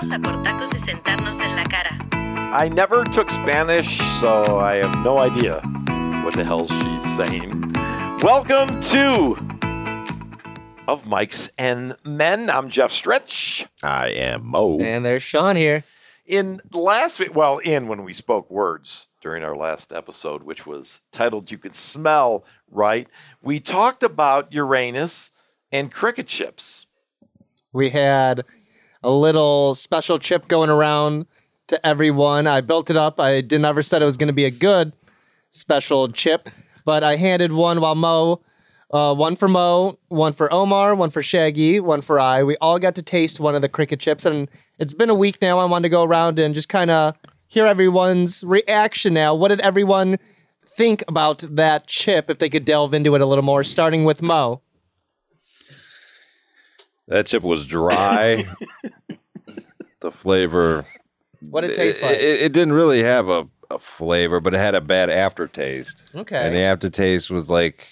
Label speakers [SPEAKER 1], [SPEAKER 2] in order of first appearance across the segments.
[SPEAKER 1] abrazarnos y sentarnos en la cara.
[SPEAKER 2] I never took Spanish, so I have no idea what the hell she's saying. Welcome to Of Mics and Men. I'm Jeff Stretch.
[SPEAKER 3] I am Mo.
[SPEAKER 4] And there's Sean here.
[SPEAKER 2] In last week, well, in when we spoke words during our last episode, which was titled You Can Smell, right? We talked about Uranus and cricket chips.
[SPEAKER 4] We had a little special chip going around to everyone. I built it up. I didn't ever said it was going to be a good special chip, but I handed one while Mo, uh, one for Mo, one for Omar, one for Shaggy, one for I. We all got to taste one of the cricket chips, and it's been a week now. I wanted to go around and just kind of hear everyone's reaction now. What did everyone think about that chip if they could delve into it a little more, starting with Mo?
[SPEAKER 3] That chip was dry. the flavor.
[SPEAKER 4] What did it taste
[SPEAKER 3] It,
[SPEAKER 4] like?
[SPEAKER 3] it- it didn't really have a, a flavor, but it had a bad aftertaste.
[SPEAKER 4] Okay.
[SPEAKER 3] And the aftertaste was like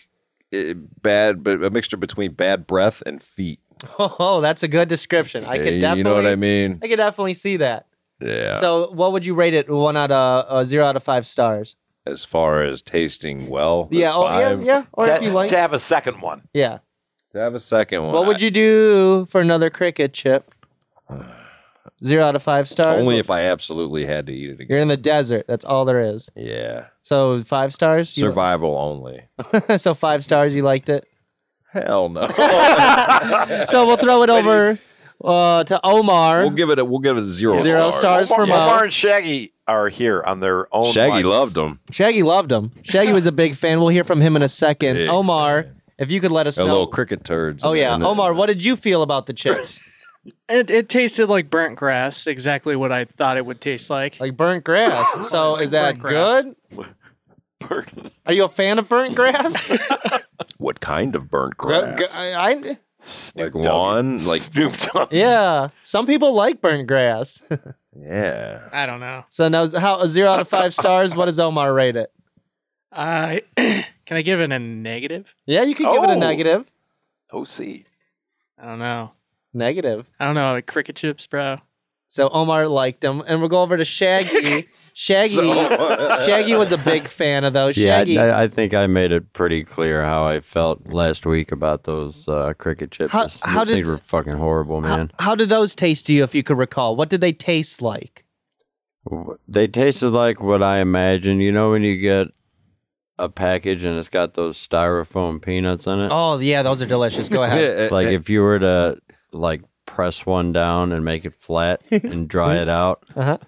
[SPEAKER 3] eh, bad, but a mixture between bad breath and feet.
[SPEAKER 4] Oh, that's a good description. I
[SPEAKER 3] Eh,
[SPEAKER 4] could definitely,
[SPEAKER 3] You know what I mean?
[SPEAKER 4] I could definitely see that.
[SPEAKER 3] Yeah.
[SPEAKER 4] So, what would you rate it? One out of uh, zero out of five stars.
[SPEAKER 3] as far as tasting well,
[SPEAKER 4] yeah,
[SPEAKER 3] that's
[SPEAKER 4] oh, yeah,
[SPEAKER 3] five.
[SPEAKER 4] yeah. Or if
[SPEAKER 2] To-
[SPEAKER 4] you like,
[SPEAKER 2] to have a second one.
[SPEAKER 4] yeah.
[SPEAKER 3] To have a second one,
[SPEAKER 4] What would you do for another cricket chip? Zero out of five stars.
[SPEAKER 3] Only if I absolutely had to eat it
[SPEAKER 4] you're
[SPEAKER 3] again.
[SPEAKER 4] in the desert. That's all there is.
[SPEAKER 3] Yeah.
[SPEAKER 4] So five stars. You-
[SPEAKER 3] Survival only.
[SPEAKER 4] so five stars. You liked it.
[SPEAKER 3] Hell no.
[SPEAKER 4] So we'll throw it over uh, to Omar.
[SPEAKER 3] we'll give it. A, we'll give it zero.
[SPEAKER 4] Zero stars
[SPEAKER 2] Omar,
[SPEAKER 4] for Mo.
[SPEAKER 2] Omar and Shaggy are here on their own.
[SPEAKER 3] Shaggy
[SPEAKER 2] mics.
[SPEAKER 3] loved them.
[SPEAKER 4] Shaggy loved him. Shaggy was a big fan. We'll hear from him in a second.
[SPEAKER 3] Big
[SPEAKER 4] Omar, if you could let us
[SPEAKER 3] They're
[SPEAKER 4] know.
[SPEAKER 3] little cricket turds.
[SPEAKER 4] Oh
[SPEAKER 3] and-
[SPEAKER 4] yeah,
[SPEAKER 3] and-
[SPEAKER 4] Omar, what did you feel about the chips?
[SPEAKER 5] It, it tasted like burnt grass, exactly what I thought it would taste like.
[SPEAKER 4] like burnt grass. So is that
[SPEAKER 5] burnt grass.
[SPEAKER 4] good?
[SPEAKER 2] Burn-
[SPEAKER 4] Are you a fan of burnt grass?
[SPEAKER 3] What kind of burnt
[SPEAKER 4] Gu-
[SPEAKER 3] grass?
[SPEAKER 4] gu- I- I-
[SPEAKER 2] Snoop
[SPEAKER 3] like
[SPEAKER 2] Doggy.
[SPEAKER 3] lawn? Like
[SPEAKER 2] Snoop Dogg.
[SPEAKER 4] yeah, some people like burnt grass.
[SPEAKER 3] yeah.
[SPEAKER 5] I don't know.
[SPEAKER 4] so now, how a zero out of five stars? What does Omar rate it?
[SPEAKER 5] I can I give it a negative?
[SPEAKER 4] Yeah, you could give it
[SPEAKER 2] Oh.
[SPEAKER 4] a negative.
[SPEAKER 3] Oh,
[SPEAKER 2] OC.
[SPEAKER 5] I don't know.
[SPEAKER 4] Negative.
[SPEAKER 5] I don't know. Like cricket chips, bro.
[SPEAKER 4] So Omar liked them, and we'll go over to Shaggy. Shaggy, Shaggy was a big fan of those.
[SPEAKER 6] Yeah,
[SPEAKER 4] Shaggy,
[SPEAKER 6] I, I think I made it pretty clear how I felt last week about those uh, cricket chips.
[SPEAKER 4] How-
[SPEAKER 6] Those
[SPEAKER 4] how
[SPEAKER 6] things
[SPEAKER 4] did-
[SPEAKER 6] were fucking horrible, man.
[SPEAKER 4] how did those taste to you, if you could recall? What did they taste like?
[SPEAKER 6] They tasted like what I imagined. You know when you get a package and it's got those styrofoam peanuts in it.
[SPEAKER 4] Oh yeah, those are delicious. Go ahead.
[SPEAKER 6] Like if you were to like press one down and make it flat and dry it out,
[SPEAKER 4] Uh-huh.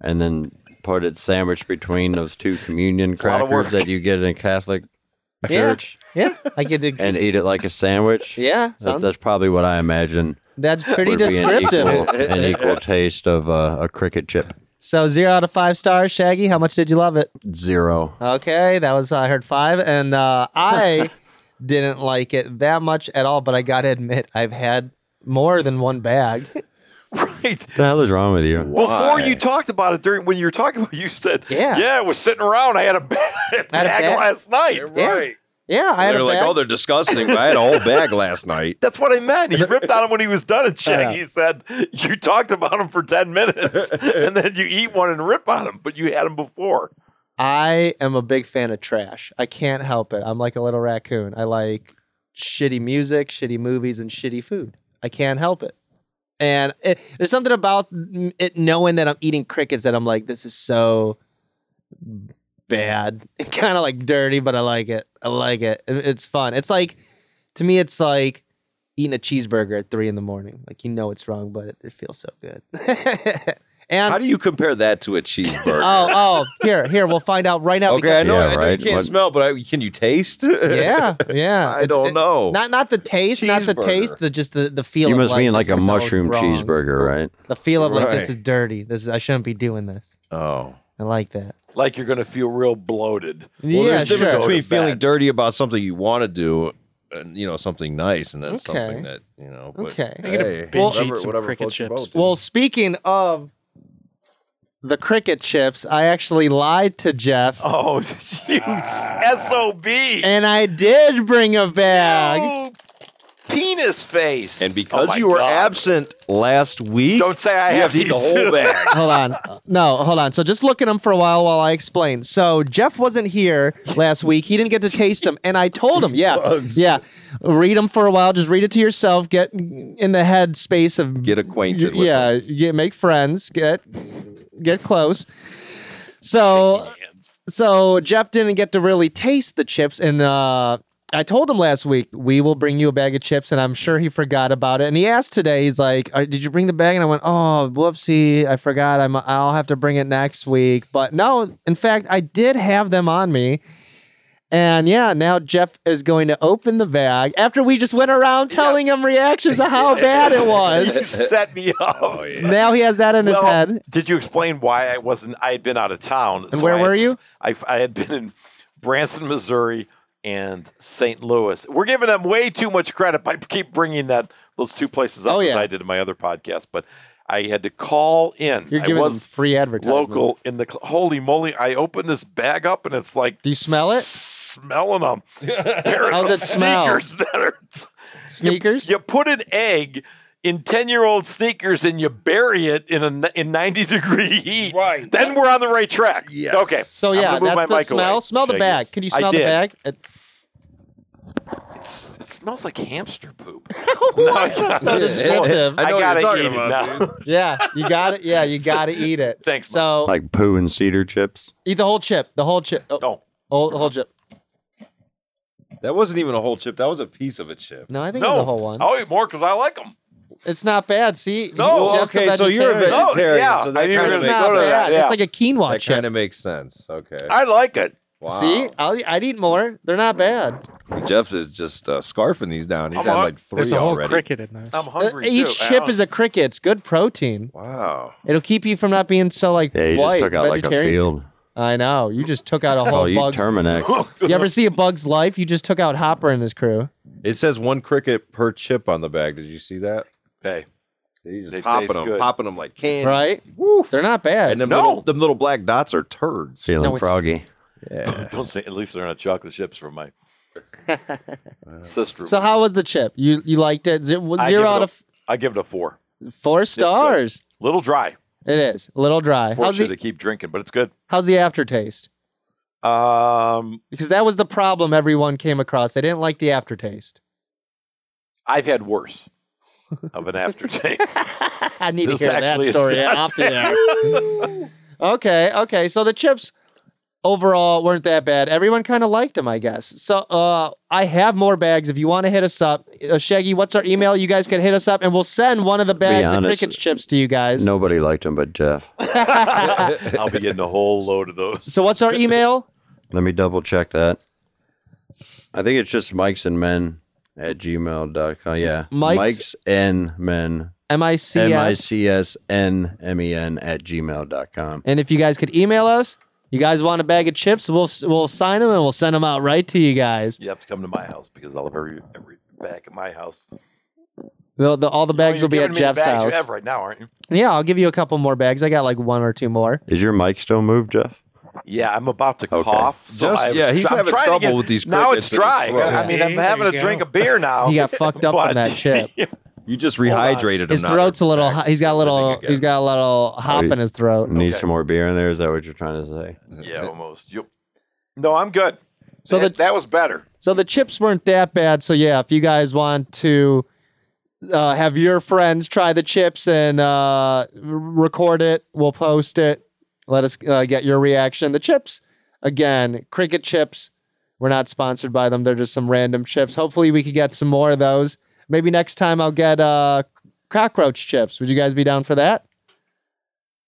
[SPEAKER 6] and then put it sandwiched between those two
[SPEAKER 2] a
[SPEAKER 6] communion
[SPEAKER 2] lot of
[SPEAKER 6] crackers
[SPEAKER 2] work.
[SPEAKER 6] that you get in a Catholic
[SPEAKER 4] Yeah.
[SPEAKER 6] church,
[SPEAKER 4] Yeah, I get to.
[SPEAKER 6] and eat it like a sandwich.
[SPEAKER 4] yeah,
[SPEAKER 6] That's,
[SPEAKER 4] sounds-
[SPEAKER 6] that's probably what I imagine.
[SPEAKER 4] That's pretty
[SPEAKER 6] would be An
[SPEAKER 4] descriptive.
[SPEAKER 6] equal, an equal taste of uh, a cricket chip.
[SPEAKER 4] so zero out of five stars, Shaggy. How much did you love it?
[SPEAKER 6] Zero.
[SPEAKER 4] Okay, that was I heard five, and uh, I didn't like it that much at all. But I gotta admit, I've had more than one bag.
[SPEAKER 2] Right.
[SPEAKER 6] What the hell is wrong with you?
[SPEAKER 2] Before you talked about it during when you were talking about it, you said,
[SPEAKER 4] Yeah.
[SPEAKER 2] yeah, I was sitting around. I had a bag,
[SPEAKER 4] had a bag.
[SPEAKER 2] last night.
[SPEAKER 4] Yeah. Yeah, I had
[SPEAKER 3] they're
[SPEAKER 4] a
[SPEAKER 3] like,
[SPEAKER 4] bag.
[SPEAKER 3] oh, they're disgusting. but I had a whole bag last night.
[SPEAKER 2] That's what I meant. He ripped on him when he was done, and Shaggy said, "You talked about him for ten minutes, and then you eat one and rip on him, but you had him before."
[SPEAKER 4] I am a big fan of trash. I can't help it. I'm like a little raccoon. I like shitty music, shitty movies, and shitty food. I can't help it. And it, there's something about mm, it knowing that I'm eating crickets that I'm like, this is so bad, kind of like dirty, but I like it. I like it. It- It's fun. It's like, to me, it's like eating a cheeseburger at three in the morning. Like you know it's wrong, but it, it feels so good. and
[SPEAKER 3] How do you compare that to a cheeseburger?
[SPEAKER 4] oh oh here here we'll find out right now.
[SPEAKER 3] okay, I know,
[SPEAKER 6] Yeah,
[SPEAKER 3] I know
[SPEAKER 6] right.
[SPEAKER 3] you can't
[SPEAKER 6] What-
[SPEAKER 3] smell, but I, can you taste?
[SPEAKER 4] yeah, yeah.
[SPEAKER 3] I
[SPEAKER 4] It's-
[SPEAKER 3] don't
[SPEAKER 4] it-
[SPEAKER 3] know.
[SPEAKER 4] Not not the taste, not the
[SPEAKER 3] Cheeseburger.
[SPEAKER 4] taste, the just the the feel.
[SPEAKER 6] You
[SPEAKER 4] of
[SPEAKER 6] must mean like
[SPEAKER 4] this
[SPEAKER 6] a
[SPEAKER 4] is so
[SPEAKER 6] mushroom
[SPEAKER 4] wrong.
[SPEAKER 6] cheeseburger, right?
[SPEAKER 4] The feel of like this
[SPEAKER 3] Right.
[SPEAKER 4] is dirty. This is, I shouldn't be doing this.
[SPEAKER 3] oh.
[SPEAKER 4] I like that.
[SPEAKER 2] Like you're gonna feel real bloated.
[SPEAKER 3] Well,
[SPEAKER 4] yeah,
[SPEAKER 3] there's a difference
[SPEAKER 4] sure.
[SPEAKER 3] between
[SPEAKER 2] Go to
[SPEAKER 3] feeling
[SPEAKER 2] bed.
[SPEAKER 3] dirty about something you want to do and you know something nice, and then
[SPEAKER 4] Okay.
[SPEAKER 3] something that you know. But,
[SPEAKER 4] Okay.
[SPEAKER 5] I gotta
[SPEAKER 3] hey,
[SPEAKER 5] binge
[SPEAKER 3] whatever-
[SPEAKER 5] eat some
[SPEAKER 3] whatever
[SPEAKER 5] cricket
[SPEAKER 3] floats your
[SPEAKER 5] chips.
[SPEAKER 3] boat, dude.
[SPEAKER 4] Well, speaking of the cricket chips, I actually lied to Jeff,
[SPEAKER 2] Oh, you sob!
[SPEAKER 3] Ah.
[SPEAKER 4] and I did bring a bag.
[SPEAKER 2] Oh, peanut. his face.
[SPEAKER 3] And
[SPEAKER 2] Oh
[SPEAKER 3] because
[SPEAKER 2] my
[SPEAKER 3] you were
[SPEAKER 2] God.
[SPEAKER 3] absent last week,
[SPEAKER 2] Don't say I
[SPEAKER 3] you have
[SPEAKER 2] have
[SPEAKER 3] to eat the whole bag.
[SPEAKER 4] hold on. No, hold on. So just look at him for a while while I explain. So Jeff wasn't here last week. He didn't get to taste them, and I told him, yeah, yeah, read them for a while. Just read it to yourself. Get in the head space of
[SPEAKER 3] Get acquainted with
[SPEAKER 4] yeah, yeah, make friends. Get get close. So so Jeff didn't get to really taste the chips, and uh, I told him last week we will bring you a bag of chips, and I'm sure he forgot about it. And he asked today, he's like, "Uh, "Did you bring the bag?" And I went, "Oh, whoopsie, I forgot. I'm I'll have to bring it next week." But no, in fact, I did have them on me. And yeah, now Jeff is going to open the bag after we just went around telling him reactions of how bad it
[SPEAKER 2] You
[SPEAKER 4] was.
[SPEAKER 2] set me up.
[SPEAKER 4] Now he has that in his
[SPEAKER 2] Well,
[SPEAKER 4] head.
[SPEAKER 2] Did you explain why I wasn't? I had been out of town. And
[SPEAKER 4] where
[SPEAKER 2] I,
[SPEAKER 4] were you?
[SPEAKER 2] I, I had been in Branson, Missouri, and St. Louis. We're giving them way too much credit. I keep bringing that those two places up
[SPEAKER 4] Oh,
[SPEAKER 2] as
[SPEAKER 4] yeah.
[SPEAKER 2] I did in my other podcast, but I had to call in.
[SPEAKER 4] You're
[SPEAKER 2] I
[SPEAKER 4] giving them
[SPEAKER 2] was
[SPEAKER 4] free advertisement.
[SPEAKER 2] local in the cl- holy moly! I opened this bag up and it's like.
[SPEAKER 4] Do you smell it?
[SPEAKER 2] Smelling them.
[SPEAKER 4] How's it smell?
[SPEAKER 2] Sneakers that are
[SPEAKER 4] Sneakers?
[SPEAKER 2] you put an egg in 10 year old sneakers and you bury it in a in 90 degree heat.
[SPEAKER 1] Right.
[SPEAKER 2] Then we're on the right track.
[SPEAKER 1] Yes.
[SPEAKER 2] Okay.
[SPEAKER 4] So
[SPEAKER 2] I'm
[SPEAKER 4] yeah,
[SPEAKER 2] gonna move
[SPEAKER 4] that's
[SPEAKER 2] my
[SPEAKER 4] the
[SPEAKER 2] mic away.
[SPEAKER 4] smell. Smell the
[SPEAKER 2] Shaggy.
[SPEAKER 4] bag. Can you
[SPEAKER 2] I
[SPEAKER 4] smell the
[SPEAKER 2] did.
[SPEAKER 4] bag? Uh, It-
[SPEAKER 2] It's, it smells like hamster poop.
[SPEAKER 4] That's so descriptive.
[SPEAKER 1] I know what
[SPEAKER 2] gotta
[SPEAKER 1] you're talking
[SPEAKER 2] eat it
[SPEAKER 1] about,
[SPEAKER 2] now.
[SPEAKER 1] dude.
[SPEAKER 4] yeah, you got it. Yeah, you got to eat it.
[SPEAKER 2] Thanks,
[SPEAKER 4] So
[SPEAKER 6] Like poo and cedar chips.
[SPEAKER 4] eat the whole chip. The whole chip. Oh,
[SPEAKER 2] No,
[SPEAKER 4] whole, whole chip.
[SPEAKER 3] That wasn't even a whole chip. That was a piece of a chip.
[SPEAKER 4] No, I think it's
[SPEAKER 2] no. Oh.
[SPEAKER 4] the whole one.
[SPEAKER 2] I'll eat more because I like them.
[SPEAKER 4] It's not bad. See,
[SPEAKER 2] No,
[SPEAKER 4] Jeff's
[SPEAKER 3] Oh, okay, so you're a
[SPEAKER 4] vegetarian.
[SPEAKER 2] No,
[SPEAKER 3] vegetarian.
[SPEAKER 2] Oh, yeah.
[SPEAKER 3] So
[SPEAKER 2] I
[SPEAKER 3] that
[SPEAKER 2] knew you were
[SPEAKER 3] kind
[SPEAKER 4] It's
[SPEAKER 3] of makes,
[SPEAKER 2] gonna
[SPEAKER 4] not
[SPEAKER 2] go to that,
[SPEAKER 4] bad.
[SPEAKER 2] yeah.
[SPEAKER 4] It's like a quinoa
[SPEAKER 3] that
[SPEAKER 4] chip.
[SPEAKER 3] kind of makes sense. Okay.
[SPEAKER 2] I like it.
[SPEAKER 3] Wow.
[SPEAKER 4] See, I'll, I'd eat more. They're not bad.
[SPEAKER 3] Jeff is just uh, scarfing these down. He's
[SPEAKER 2] I'm
[SPEAKER 3] had
[SPEAKER 2] on-
[SPEAKER 3] like three
[SPEAKER 5] There's a whole
[SPEAKER 3] already.
[SPEAKER 5] cricket in those.
[SPEAKER 2] I'm
[SPEAKER 4] Uh,
[SPEAKER 2] hungry.
[SPEAKER 4] Each
[SPEAKER 2] too.
[SPEAKER 4] chip is a cricket. It's good protein.
[SPEAKER 3] Wow.
[SPEAKER 4] It'll keep you from not being so like
[SPEAKER 6] Yeah, you
[SPEAKER 4] white
[SPEAKER 6] just took out like a
[SPEAKER 4] vegetarian.
[SPEAKER 6] field.
[SPEAKER 4] I know. You just took out a whole
[SPEAKER 6] Oh, you
[SPEAKER 4] bug's.
[SPEAKER 6] Terminex.
[SPEAKER 4] you ever see a bug's life? You just took out Hopper and his crew.
[SPEAKER 3] It says one cricket per chip on the bag. Did you see that?
[SPEAKER 2] Hey,
[SPEAKER 3] He's just
[SPEAKER 2] They
[SPEAKER 3] popping
[SPEAKER 2] taste
[SPEAKER 3] them,
[SPEAKER 2] good.
[SPEAKER 3] popping them like candy.
[SPEAKER 4] Right? They're not bad.
[SPEAKER 3] And them,
[SPEAKER 2] No.
[SPEAKER 3] little, them little black dots are turds.
[SPEAKER 6] Feeling
[SPEAKER 4] No, it's-
[SPEAKER 6] froggy.
[SPEAKER 2] don't say. At least they're not chocolate chips from my sister.
[SPEAKER 4] so how was the chip? You you liked it? Ze-
[SPEAKER 2] I
[SPEAKER 4] Zero
[SPEAKER 2] give it
[SPEAKER 4] out
[SPEAKER 2] a-
[SPEAKER 4] of
[SPEAKER 2] I give it a four.
[SPEAKER 4] four stars.
[SPEAKER 2] Little dry.
[SPEAKER 4] It is a little dry. How's
[SPEAKER 2] Fortunate
[SPEAKER 4] the,
[SPEAKER 2] to keep drinking, but it's good.
[SPEAKER 4] how's the aftertaste?
[SPEAKER 2] Um,
[SPEAKER 4] Because that was the problem everyone came across. They didn't like the aftertaste.
[SPEAKER 2] I've had worse of an aftertaste.
[SPEAKER 4] I need
[SPEAKER 2] This
[SPEAKER 4] to hear that
[SPEAKER 2] actually is
[SPEAKER 4] story
[SPEAKER 2] not
[SPEAKER 4] off the air. okay, okay. So the chips overall weren't that bad. Everyone kind of liked them, I guess. So uh, I have more bags if you want to hit us up. Uh, Shaggy, what's our email? You guys can hit us up, and we'll send one of the bags of
[SPEAKER 6] honest,
[SPEAKER 4] cricket chips to you guys.
[SPEAKER 6] Nobody liked him but Jeff.
[SPEAKER 2] I'll be getting a whole load of those.
[SPEAKER 4] So what's our email?
[SPEAKER 6] Let me double check that. I think it's just Mike's and Men at gmail.com. Yeah.
[SPEAKER 4] Mike's-
[SPEAKER 6] Mike's and Men.
[SPEAKER 4] M I C
[SPEAKER 6] M I
[SPEAKER 4] S.
[SPEAKER 6] C S N M E N at gmail.com.
[SPEAKER 4] And if you guys could email us, you guys want a bag of chips, we'll we'll sign them and we'll send them out right to you guys.
[SPEAKER 2] You have to come to my house because I'll have every every bag at my house.
[SPEAKER 4] The, the, all the bags
[SPEAKER 2] You're
[SPEAKER 4] will be
[SPEAKER 2] giving
[SPEAKER 4] at
[SPEAKER 2] me the
[SPEAKER 4] Jeff's
[SPEAKER 2] bags
[SPEAKER 4] house.
[SPEAKER 2] You have right now, aren't you?
[SPEAKER 4] Yeah, I'll give you a couple more bags. I got like one or two more.
[SPEAKER 6] Is your mic still moved, Jeff?
[SPEAKER 2] Yeah, I'm about to cough. So
[SPEAKER 3] Just-
[SPEAKER 2] I-
[SPEAKER 3] yeah, he's
[SPEAKER 2] I'm
[SPEAKER 3] having
[SPEAKER 2] trying to
[SPEAKER 3] trouble
[SPEAKER 2] get-
[SPEAKER 3] with these
[SPEAKER 2] Now
[SPEAKER 3] crickets
[SPEAKER 2] it's
[SPEAKER 3] in his
[SPEAKER 2] dry.
[SPEAKER 3] throat.
[SPEAKER 2] I mean, I'm
[SPEAKER 5] See,
[SPEAKER 2] having
[SPEAKER 5] there
[SPEAKER 2] a
[SPEAKER 5] you
[SPEAKER 2] drink
[SPEAKER 5] go.
[SPEAKER 2] of beer now.
[SPEAKER 4] He got fucked up
[SPEAKER 2] But-
[SPEAKER 4] from that chip.
[SPEAKER 3] You just rehydrated him.
[SPEAKER 4] His
[SPEAKER 3] now.
[SPEAKER 4] throat's a little. Hot. He's got a little.
[SPEAKER 3] again.
[SPEAKER 4] He's got a little hop
[SPEAKER 6] you-
[SPEAKER 4] in his throat.
[SPEAKER 6] Need some more beer in there? Is that what you're trying to say?
[SPEAKER 2] yeah, almost. Yep. No, I'm good.
[SPEAKER 4] So
[SPEAKER 2] that,
[SPEAKER 4] the
[SPEAKER 2] that was better.
[SPEAKER 4] so the chips weren't that bad. So yeah, if you guys want to uh, have your friends try the chips and uh, r- record it, we'll post it. Let us uh, get your reaction. The chips again, cricket chips. We're not sponsored by them. They're just some random chips. Hopefully, we could get some more of those. Maybe next time I'll get uh, cockroach chips. Would you guys be down for that?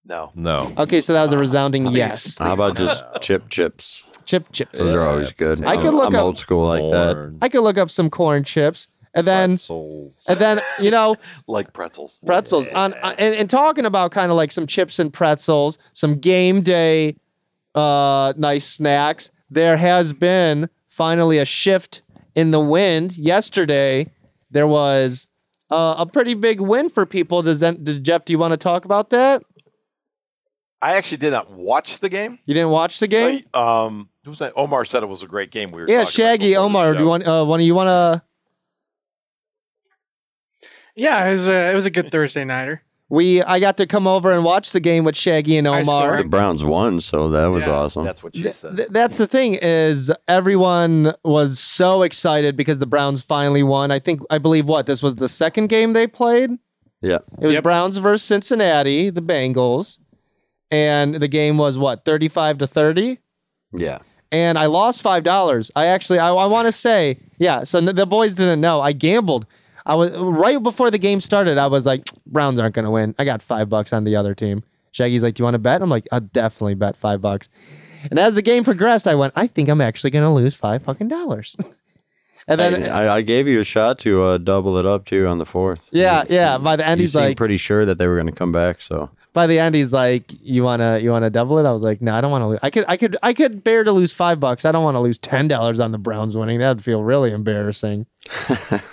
[SPEAKER 2] No.
[SPEAKER 3] No.
[SPEAKER 4] Okay, so that was a resounding yes.
[SPEAKER 6] How about just chip chips?
[SPEAKER 4] Chip chips.
[SPEAKER 6] Those are always good.
[SPEAKER 4] I
[SPEAKER 6] I'm-
[SPEAKER 4] could look
[SPEAKER 6] I'm
[SPEAKER 4] up-
[SPEAKER 6] old school like that.
[SPEAKER 3] Corn,
[SPEAKER 4] I could look up some corn chips and then
[SPEAKER 3] pretzels.
[SPEAKER 4] and then you know
[SPEAKER 2] Like pretzels.
[SPEAKER 4] pretzels on on- and, and talking about kind of like some chips and pretzels, some game day uh nice snacks. There has been finally a shift in the wind. Yesterday there was uh, a pretty big win for people. Does that, does Jeff, do you want to talk about that?
[SPEAKER 2] I actually did not watch the game.
[SPEAKER 4] You didn't watch the game?
[SPEAKER 2] I, um, who was that? Omar said it was a great game. We were
[SPEAKER 4] yeah,
[SPEAKER 2] talking about
[SPEAKER 4] Shaggy,
[SPEAKER 2] before the
[SPEAKER 4] Omar, do
[SPEAKER 2] show.
[SPEAKER 4] you want uh, one of you want to
[SPEAKER 5] Yeah, it was a it was a good Thursday nighter.
[SPEAKER 4] We I got to come over and watch the game with Shaggy and Omar.
[SPEAKER 5] I
[SPEAKER 6] The
[SPEAKER 5] scored.
[SPEAKER 6] Browns won, so that was
[SPEAKER 5] Yeah,
[SPEAKER 6] awesome.
[SPEAKER 2] That's what she said.
[SPEAKER 4] Th- that's the thing is everyone was so excited because the Browns finally won. I think I believe what this was the second game they played.
[SPEAKER 6] yeah.
[SPEAKER 4] It was
[SPEAKER 5] Yep.
[SPEAKER 4] Browns versus Cincinnati, the Bengals, and the game was what thirty-five to thirty.
[SPEAKER 6] Yeah.
[SPEAKER 4] And I lost five dollars. I actually I, I want to say yeah. So n- the boys didn't know I gambled. I was right before the game started. I was like, Browns aren't going to win. I got five bucks on the other team. Shaggy's like, Do you want to bet? I'm like, I'll definitely bet five bucks. And as the game progressed, I went, I think I'm actually going to lose five fucking dollars. and then,
[SPEAKER 6] I, I, I gave you a shot to uh, double it up too on the fourth.
[SPEAKER 4] yeah, yeah. By the end,
[SPEAKER 6] you
[SPEAKER 4] he's
[SPEAKER 6] seemed
[SPEAKER 4] like,
[SPEAKER 6] pretty sure that they were going to come back. So
[SPEAKER 4] by the end he's like you want to you want to double it i was like no i don't want to lose i could i could i could bear to lose five bucks i don't want to lose ten dollars on the browns winning that'd feel really embarrassing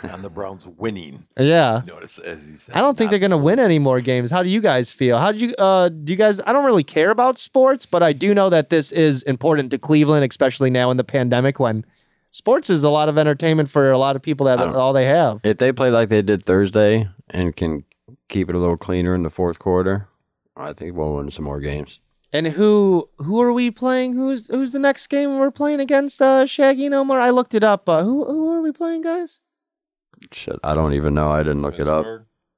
[SPEAKER 2] On the Browns winning.
[SPEAKER 4] yeah
[SPEAKER 2] Notice as he said.
[SPEAKER 4] i don't think they're gonna win any more games how do you guys feel how do you uh do you guys i don't really care about sports but i do know that this is important to cleveland especially now in the pandemic when sports is a lot of entertainment for a lot of people that all they have
[SPEAKER 6] if they play like they did Thursday and can keep it a little cleaner in the fourth quarter, I think we'll win some more games.
[SPEAKER 4] and who who are we playing who's who's the next game we're playing against uh shaggy no more i looked it up uh, who who are we playing guys
[SPEAKER 6] Shit, I don't even know. I didn't look it up.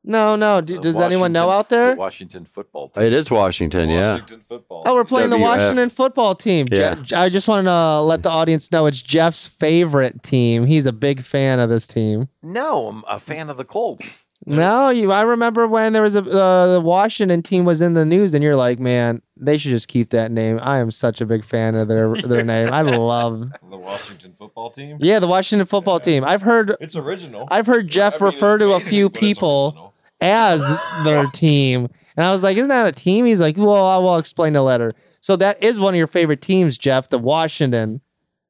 [SPEAKER 4] No, no. Do,
[SPEAKER 2] Uh,
[SPEAKER 4] does anyone know
[SPEAKER 2] Washington-
[SPEAKER 4] out there?
[SPEAKER 2] the Washington football team.
[SPEAKER 6] It is Washington, yeah.
[SPEAKER 2] Washington football.
[SPEAKER 4] Oh, we're playing the
[SPEAKER 6] WF.
[SPEAKER 4] Washington football team. Je-
[SPEAKER 6] Yeah.
[SPEAKER 4] Je- I just want to let the audience know it's Jeff's favorite team. He's a big fan of this team.
[SPEAKER 2] no, I'm a fan of the Colts.
[SPEAKER 4] No, you. I remember when there was a uh, the Washington team was in the news, and you're like, man, they should just keep that name. I am such a big fan of their their name. I love.
[SPEAKER 1] The Washington football team.
[SPEAKER 4] Yeah, the Washington football team. I've heard
[SPEAKER 1] It's original.
[SPEAKER 4] I've heard Jeff
[SPEAKER 1] I mean,
[SPEAKER 4] refer to a
[SPEAKER 1] it's
[SPEAKER 4] few
[SPEAKER 1] amazing, but it's
[SPEAKER 4] people.
[SPEAKER 1] original.
[SPEAKER 4] as their team. And I was like, isn't that a team? He's like, well, I will explain the letter. So that is one of your favorite teams, Jeff, the Washington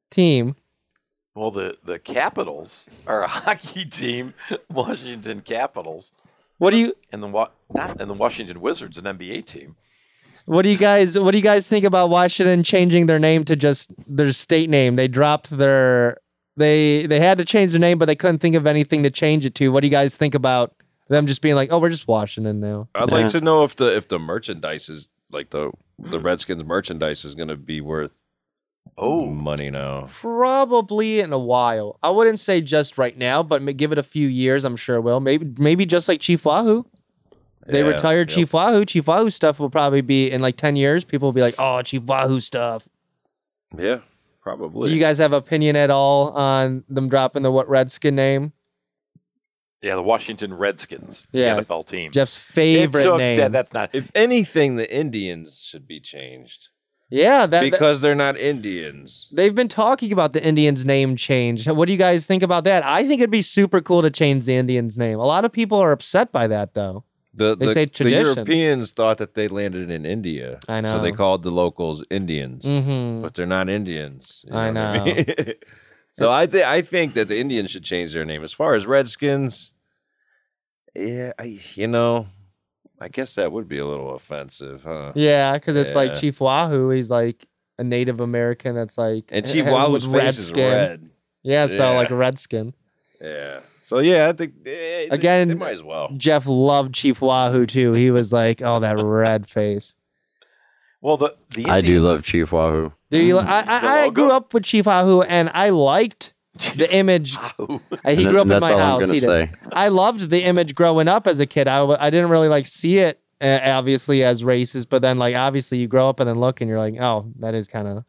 [SPEAKER 4] team.
[SPEAKER 2] Well, the the Capitals are a hockey team, Washington Capitals,
[SPEAKER 4] What do you
[SPEAKER 2] and the Wa- not and the Washington Wizards, an NBA team.
[SPEAKER 4] what do you guys what do you guys think about Washington changing their name to just their state name? They dropped their they they had to change their name, but they couldn't think of anything to change it to. What do you guys think about them just being like, oh, we're just Washington now?
[SPEAKER 1] I'd like to know if the if the merchandise is like the the
[SPEAKER 4] Hmm.
[SPEAKER 1] Redskins merchandise is going to be worth
[SPEAKER 2] Oh,
[SPEAKER 1] money now.
[SPEAKER 4] Probably in a while. I wouldn't say just right now, but ma- give it a few years. I'm sure it will. Maybe maybe just like Chief Wahoo. They
[SPEAKER 1] Yeah,
[SPEAKER 4] retired
[SPEAKER 1] yep.
[SPEAKER 4] Chief Wahoo. Chief Wahoo stuff will probably be in like ten years. People will be like, "Oh, Chief Wahoo stuff."
[SPEAKER 1] Yeah, probably.
[SPEAKER 4] Do you guys have opinion at all on them dropping the what Redskin name?
[SPEAKER 2] yeah, the Washington Redskins,
[SPEAKER 4] Yeah.
[SPEAKER 2] the NFL team.
[SPEAKER 4] Jeff's
[SPEAKER 2] It
[SPEAKER 4] favorite
[SPEAKER 2] took-
[SPEAKER 4] name.
[SPEAKER 2] that- that's not.
[SPEAKER 1] if anything, the Indians should be changed
[SPEAKER 4] yeah, that, that-
[SPEAKER 1] because they're not Indians.
[SPEAKER 4] they've been talking about the Indians' name change. What do you guys think about that? I think it'd be super cool to change the Indians' name. A lot of people are upset by that though.
[SPEAKER 1] The
[SPEAKER 4] They
[SPEAKER 1] the,
[SPEAKER 4] say
[SPEAKER 1] the
[SPEAKER 4] tradition.
[SPEAKER 1] Europeans thought that they landed in India.
[SPEAKER 4] I
[SPEAKER 1] so they
[SPEAKER 4] know.
[SPEAKER 1] called the locals Indians,
[SPEAKER 4] Mm-hmm.
[SPEAKER 1] but they're not Indians. you
[SPEAKER 4] I
[SPEAKER 1] what mean? so I think I think that the Indians should change their name. As far as Redskins, yeah, I, you know, I guess that would be a little offensive, huh?
[SPEAKER 4] Yeah, because it's like
[SPEAKER 1] Yeah.
[SPEAKER 4] Chief Wahoo. He's like a Native American that's like
[SPEAKER 1] And Chief
[SPEAKER 4] with
[SPEAKER 1] Wahoo's face is
[SPEAKER 4] skin.
[SPEAKER 1] red.
[SPEAKER 4] Yeah, so
[SPEAKER 1] Yeah.
[SPEAKER 4] like red skin.
[SPEAKER 1] Yeah. So yeah, I think eh, they-
[SPEAKER 4] Again,
[SPEAKER 1] they might as well.
[SPEAKER 4] Jeff loved Chief Wahoo too. He was like, "Oh, that red face."
[SPEAKER 2] Well, the, the
[SPEAKER 6] I do
[SPEAKER 2] Indians-
[SPEAKER 6] love Chief Wahoo.
[SPEAKER 4] Do you? li- I,
[SPEAKER 2] The
[SPEAKER 4] I, I grew
[SPEAKER 2] logo?
[SPEAKER 4] up with Chief Wahoo, and I liked the image. Uh, He
[SPEAKER 6] And
[SPEAKER 4] grew up in
[SPEAKER 6] that's
[SPEAKER 4] my
[SPEAKER 6] all
[SPEAKER 4] house.
[SPEAKER 6] I'm
[SPEAKER 4] He
[SPEAKER 6] going to
[SPEAKER 4] did.
[SPEAKER 6] say.
[SPEAKER 4] I loved the image growing up as a kid. I, w- I didn't really like see it uh, obviously as racist, but then like obviously you grow up and then look and you're like, "Oh, that is kind of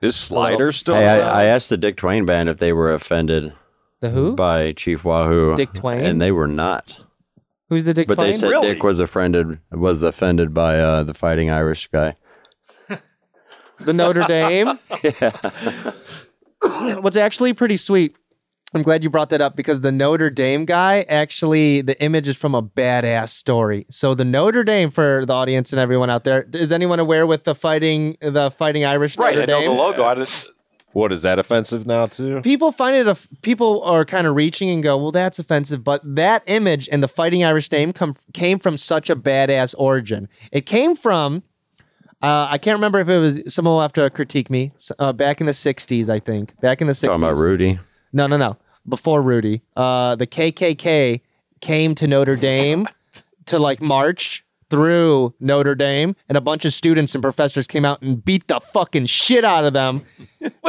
[SPEAKER 1] Is Slider still?
[SPEAKER 6] Hey,
[SPEAKER 1] around?
[SPEAKER 6] I, I asked the Dick Twain band if they were offended
[SPEAKER 4] the who?
[SPEAKER 6] by Chief Wahoo.
[SPEAKER 4] Dick Twain?
[SPEAKER 6] and they were not.
[SPEAKER 4] Who's the Dick
[SPEAKER 6] But
[SPEAKER 4] Twain?
[SPEAKER 6] they said
[SPEAKER 2] Really?
[SPEAKER 6] Dick was offended was offended by uh, the fighting Irish guy.
[SPEAKER 4] the Notre Dame. What's actually pretty sweet. I'm glad you brought that up because the Notre Dame guy actually the image is from a badass story. So the Notre Dame for the audience and everyone out there, is anyone aware with the fighting the fighting Irish
[SPEAKER 2] Right,
[SPEAKER 4] Notre
[SPEAKER 2] I know
[SPEAKER 4] Dame?
[SPEAKER 2] the logo. I just,
[SPEAKER 1] what is that offensive now too?
[SPEAKER 4] people find it a people are kind of reaching and go, well, that's offensive. But that image and the Fighting Irish name come came from such a badass origin. It came from uh, I can't remember if it was someone will have to critique me S- uh, back in the '60s. I think back in the '60s.
[SPEAKER 6] Talking about Rudy.
[SPEAKER 4] No, no, no. Before Rudy, uh, the KKK came to Notre Dame to like march through Notre Dame, and a bunch of students and professors came out and beat the fucking shit out of them,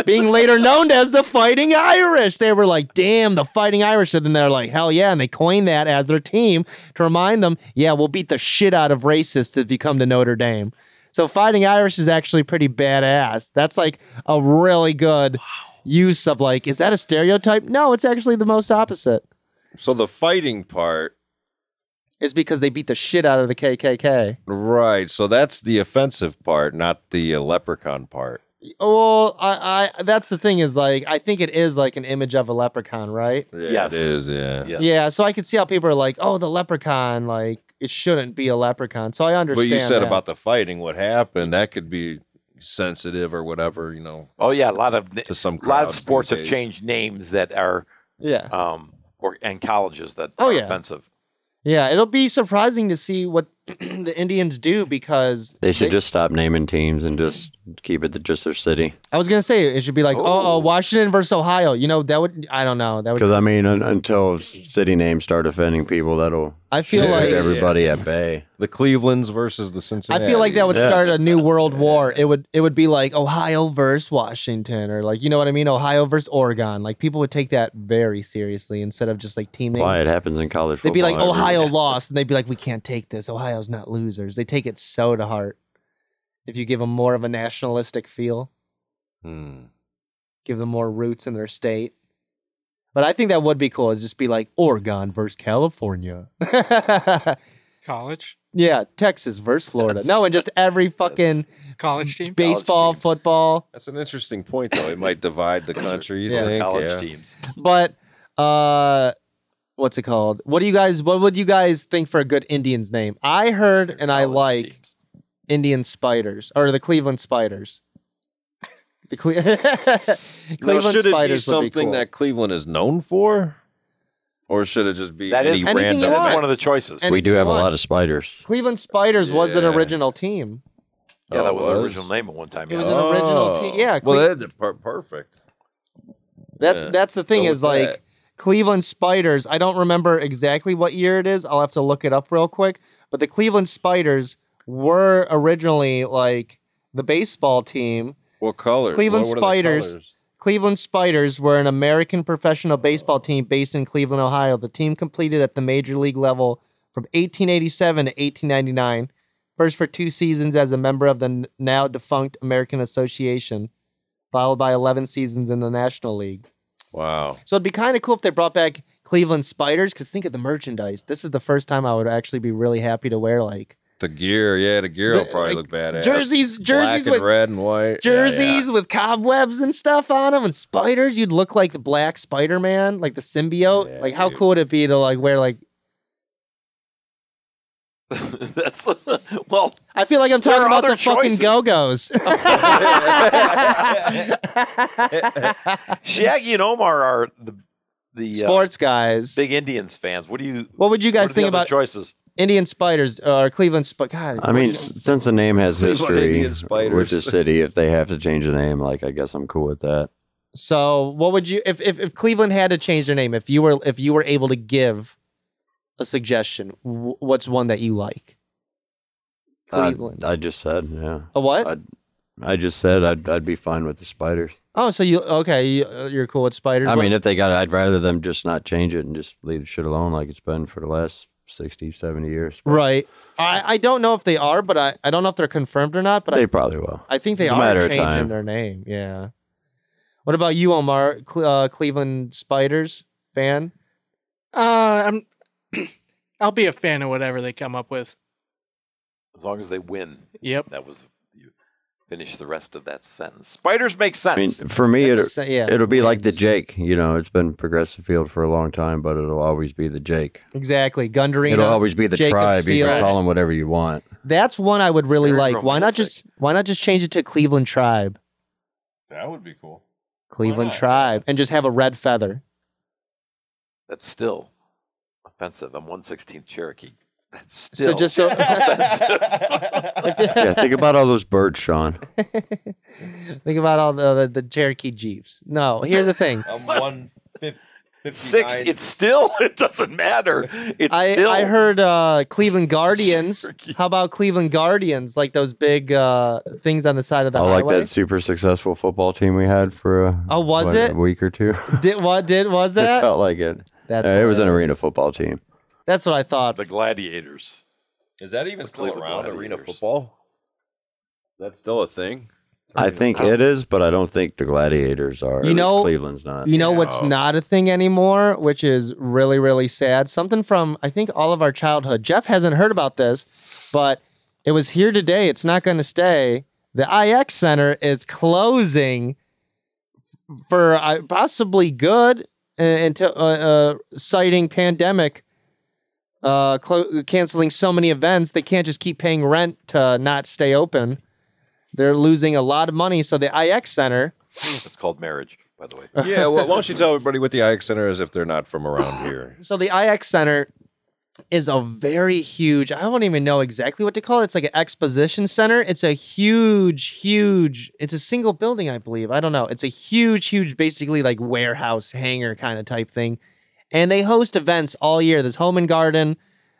[SPEAKER 4] being later known as the Fighting Irish. They were like, damn, the Fighting Irish. And then they're like, hell yeah. And they coined that as their team to remind them, yeah, we'll beat the shit out of racists if you come to Notre Dame. So Fighting Irish is actually pretty badass. That's like a really good use of like, is that a stereotype? No, it's actually the most opposite.
[SPEAKER 1] So the fighting part,
[SPEAKER 4] It's because they beat the shit out of the KKK.
[SPEAKER 1] right? So that's the offensive part, not the uh, leprechaun part.
[SPEAKER 4] Well, I, I that's the thing is like I think it is like an image of a leprechaun, right?
[SPEAKER 1] Yeah,
[SPEAKER 2] Yes.
[SPEAKER 1] it is. Yeah.
[SPEAKER 2] Yes.
[SPEAKER 4] Yeah, so I could see how people are like, "Oh, the leprechaun, like it shouldn't be a leprechaun." So I
[SPEAKER 1] But
[SPEAKER 4] understand.
[SPEAKER 1] you said
[SPEAKER 4] that.
[SPEAKER 1] about the fighting, what happened? That could be sensitive or whatever, you know,
[SPEAKER 2] Oh yeah, a lot of
[SPEAKER 1] to some.
[SPEAKER 2] a lot of
[SPEAKER 1] crowds these
[SPEAKER 2] sports have
[SPEAKER 1] days.
[SPEAKER 2] changed names that are
[SPEAKER 4] yeah,
[SPEAKER 2] um or and colleges that
[SPEAKER 4] Oh,
[SPEAKER 2] are
[SPEAKER 4] yeah.
[SPEAKER 2] offensive.
[SPEAKER 4] yeah. It'll be surprising to see what the Indians do because
[SPEAKER 6] They should just stop naming teams and just keep it to just their city.
[SPEAKER 4] I was gonna say it should be like, oh, oh, Washington versus Ohio. You know that would I don't know that would.
[SPEAKER 6] Because I mean, un- until city names start offending people, that'll
[SPEAKER 4] I feel
[SPEAKER 6] keep
[SPEAKER 4] like
[SPEAKER 6] everybody at bay.
[SPEAKER 1] The Clevelands versus the
[SPEAKER 4] I
[SPEAKER 1] Cincinnati.
[SPEAKER 4] feel like that would start a new world war. It would it would be like Ohio versus Washington or like you know what I mean, Ohio versus Oregon. Like people would take that very seriously instead of just like team names.
[SPEAKER 6] Why it happens in college
[SPEAKER 4] They'd
[SPEAKER 6] football?
[SPEAKER 4] be like
[SPEAKER 6] every-
[SPEAKER 4] Ohio lost and they'd be like we can't take this. Ohio's not losers. They take it so to heart. If you give them more of a nationalistic feel,
[SPEAKER 1] Hmm.
[SPEAKER 4] give them more roots in their state. But I think that would be cool. It'd just be like Oregon versus California.
[SPEAKER 5] College,
[SPEAKER 4] yeah, Texas versus Florida. No, and just every fucking
[SPEAKER 5] college team.
[SPEAKER 4] baseball,
[SPEAKER 2] teams.
[SPEAKER 4] football.
[SPEAKER 1] That's an interesting point, though. It might divide the country. You
[SPEAKER 4] Yeah.
[SPEAKER 1] think?
[SPEAKER 2] College
[SPEAKER 1] yeah.
[SPEAKER 2] teams.
[SPEAKER 4] But uh what's it called? What do you guys what would you guys think for a good Indian's name? I heard and I
[SPEAKER 2] college
[SPEAKER 4] like
[SPEAKER 2] teams.
[SPEAKER 4] Indian Spiders or the Cleveland Spiders. The Cle-
[SPEAKER 1] Now,
[SPEAKER 4] Cleveland
[SPEAKER 1] should it be
[SPEAKER 4] Spiders would
[SPEAKER 1] something
[SPEAKER 4] cool.
[SPEAKER 1] that Cleveland is known for, or should it just be
[SPEAKER 2] That
[SPEAKER 1] any
[SPEAKER 2] is-
[SPEAKER 4] Anything you
[SPEAKER 1] random?
[SPEAKER 2] That's
[SPEAKER 4] want.
[SPEAKER 2] one of the choices.
[SPEAKER 4] And-
[SPEAKER 6] we do have a
[SPEAKER 4] What?
[SPEAKER 6] lot of spiders.
[SPEAKER 4] Cleveland Spiders was an
[SPEAKER 1] Yeah.
[SPEAKER 4] original team.
[SPEAKER 2] yeah, that
[SPEAKER 1] Oh,
[SPEAKER 2] was
[SPEAKER 1] it
[SPEAKER 2] the
[SPEAKER 1] was?
[SPEAKER 2] original name at one time.
[SPEAKER 4] It
[SPEAKER 2] yeah.
[SPEAKER 4] was an original team. Yeah,
[SPEAKER 1] Oh. well,
[SPEAKER 4] Cle-
[SPEAKER 1] that's per- perfect.
[SPEAKER 4] That's
[SPEAKER 1] Yeah.
[SPEAKER 4] that's the thing
[SPEAKER 1] Go
[SPEAKER 4] is
[SPEAKER 1] with
[SPEAKER 4] like
[SPEAKER 1] that.
[SPEAKER 4] Cleveland Spiders. I don't remember exactly what year it is. I'll have to look it up real quick. But the Cleveland Spiders were originally like the baseball team.
[SPEAKER 1] What color?
[SPEAKER 4] Cleveland
[SPEAKER 1] what, what are the
[SPEAKER 4] Spiders.
[SPEAKER 1] colors?
[SPEAKER 4] Cleveland Spiders were an American professional baseball team based in Cleveland, Ohio. The team competed at the major league level from 1887 to 1899, first for two seasons as a member of the n- now defunct American Association, followed by 11 seasons in the National League.
[SPEAKER 1] Wow.
[SPEAKER 4] So it'd be kind of cool if they brought back Cleveland Spiders because think of the merchandise. This is the first time I would actually be really happy to wear like
[SPEAKER 1] The gear, yeah, the gear will
[SPEAKER 4] The-
[SPEAKER 1] probably
[SPEAKER 4] like,
[SPEAKER 1] look badass.
[SPEAKER 4] jerseys, jerseys
[SPEAKER 1] Black
[SPEAKER 4] with
[SPEAKER 1] and red and white. Yeah, yeah.
[SPEAKER 4] jerseys with cobwebs and stuff on them and spiders. You'd look like the Black Spider Man, like the symbiote.
[SPEAKER 1] Yeah,
[SPEAKER 4] like how
[SPEAKER 1] dude.
[SPEAKER 4] cool would it be to like wear like?
[SPEAKER 1] Oh.
[SPEAKER 2] That's well.
[SPEAKER 4] I feel like I'm
[SPEAKER 2] There
[SPEAKER 4] talking
[SPEAKER 2] are
[SPEAKER 4] about
[SPEAKER 2] other
[SPEAKER 4] the fucking
[SPEAKER 2] choices.
[SPEAKER 4] Go Go's.
[SPEAKER 2] Shaggy and Omar are the the uh,
[SPEAKER 4] Sports guys.
[SPEAKER 2] big Indians fans. What do you
[SPEAKER 4] What would you
[SPEAKER 2] what are
[SPEAKER 4] guys
[SPEAKER 2] the
[SPEAKER 4] think
[SPEAKER 2] other
[SPEAKER 4] about
[SPEAKER 2] choices?
[SPEAKER 4] Indian spiders or Cleveland? Sp- God,
[SPEAKER 6] I mean, s- since the name has
[SPEAKER 1] Cleveland
[SPEAKER 6] history
[SPEAKER 1] Indian spiders.
[SPEAKER 6] with the city, if they have to change the name, like I guess I'm cool with that.
[SPEAKER 4] So what would you if, if if Cleveland had to change their name if you were if you were able to give a suggestion wh- what's one that you like?
[SPEAKER 2] Uh,
[SPEAKER 6] I-
[SPEAKER 4] Cleveland.
[SPEAKER 6] I, just said, yeah.
[SPEAKER 4] A what?
[SPEAKER 6] I'd- I just said I'd I'd be fine with the spiders.
[SPEAKER 4] oh, so you okay? You, uh, you're cool with spiders.
[SPEAKER 6] I
[SPEAKER 4] What-
[SPEAKER 6] mean, if they got, it, I'd rather them just not change it and just leave the shit alone, like it's been for the last 60, 70 years. But
[SPEAKER 4] right? I I don't know if they are, but I I don't know if they're confirmed or not. But
[SPEAKER 6] They
[SPEAKER 4] I
[SPEAKER 6] probably will.
[SPEAKER 4] I think they
[SPEAKER 6] It's a
[SPEAKER 4] are
[SPEAKER 6] matter of
[SPEAKER 4] changing
[SPEAKER 6] time.
[SPEAKER 4] their name. Yeah. What about you, Omar? Cle- uh, Cleveland Spiders fan?
[SPEAKER 5] Uh, I'm. I'll be a fan of whatever they come up with.
[SPEAKER 2] As long as they win,
[SPEAKER 5] Yep.
[SPEAKER 2] that was you finish the rest of that sentence. Spiders make
[SPEAKER 6] I mean,
[SPEAKER 2] sense.
[SPEAKER 6] for me,
[SPEAKER 4] That's a
[SPEAKER 6] it,
[SPEAKER 4] sa- yeah,
[SPEAKER 6] it'll be like the
[SPEAKER 4] Indians.
[SPEAKER 6] Jake. You know, it's been Progressive Field for a long time, but it'll always be the Jake.
[SPEAKER 4] Exactly, Gundarina.
[SPEAKER 6] It'll always be the
[SPEAKER 4] Jacobs
[SPEAKER 6] tribe. You
[SPEAKER 4] Field.
[SPEAKER 6] can call them whatever you want.
[SPEAKER 4] That's one I would really
[SPEAKER 2] very
[SPEAKER 4] like. Why not
[SPEAKER 2] romantic.
[SPEAKER 4] just why not just change it to Cleveland Tribe?
[SPEAKER 1] That would be cool.
[SPEAKER 4] Cleveland
[SPEAKER 1] not?
[SPEAKER 4] Tribe and just have a red feather.
[SPEAKER 2] That's still offensive. I'm 116th Cherokee. That's still
[SPEAKER 4] So just a,
[SPEAKER 6] Yeah, think about all those birds, Sean.
[SPEAKER 4] think about all the, the the Cherokee Jeeps. No, here's the thing.
[SPEAKER 1] I'm one
[SPEAKER 2] Six. It's still. It doesn't matter. It's
[SPEAKER 4] I,
[SPEAKER 2] still.
[SPEAKER 4] I heard uh, Cleveland Guardians. How about Cleveland Guardians? Like those big uh, things on the side of the
[SPEAKER 6] I like
[SPEAKER 4] highway?
[SPEAKER 6] that super successful football team we had for a,
[SPEAKER 4] Oh, was
[SPEAKER 6] what,
[SPEAKER 4] it?
[SPEAKER 6] a week or two.
[SPEAKER 4] Did what did was
[SPEAKER 6] it
[SPEAKER 4] that?
[SPEAKER 6] felt like it.
[SPEAKER 4] That's
[SPEAKER 6] Uh, it was an
[SPEAKER 4] hilarious.
[SPEAKER 6] arena football team.
[SPEAKER 4] That's what I thought.
[SPEAKER 2] the gladiators.
[SPEAKER 1] Is that even still
[SPEAKER 2] Cleveland
[SPEAKER 1] around arena
[SPEAKER 2] Gladiators.
[SPEAKER 1] football? Is that still a thing?
[SPEAKER 6] I think it is, but I don't think the Gladiators are. At
[SPEAKER 4] You
[SPEAKER 6] least
[SPEAKER 4] know-
[SPEAKER 6] Cleveland's not.
[SPEAKER 4] Uh, You know what's not a thing anymore, which is really, really sad? Something from, I think, all of our childhood. Jeff hasn't heard about this, but it was here today. It's not going to stay. The IX Center is closing for uh, possibly good uh, until uh, uh, citing pandemic. Uh, clo- canceling so many events, they can't just keep paying rent to not stay open. They're losing a lot of money. So the IX Center,
[SPEAKER 2] It's called marriage, by the way.
[SPEAKER 4] Uh,
[SPEAKER 1] yeah, well, why don't you tell everybody what the IX Center is if they're not from around here?
[SPEAKER 4] So the IX Center is a very huge, I don't even know exactly what to call it. It's like an exposition center. It's a huge, huge, it's a single building, I believe. I don't know. It's a huge, huge, basically like warehouse hangar kind of type thing. And they host events all year. There's Home and Garden,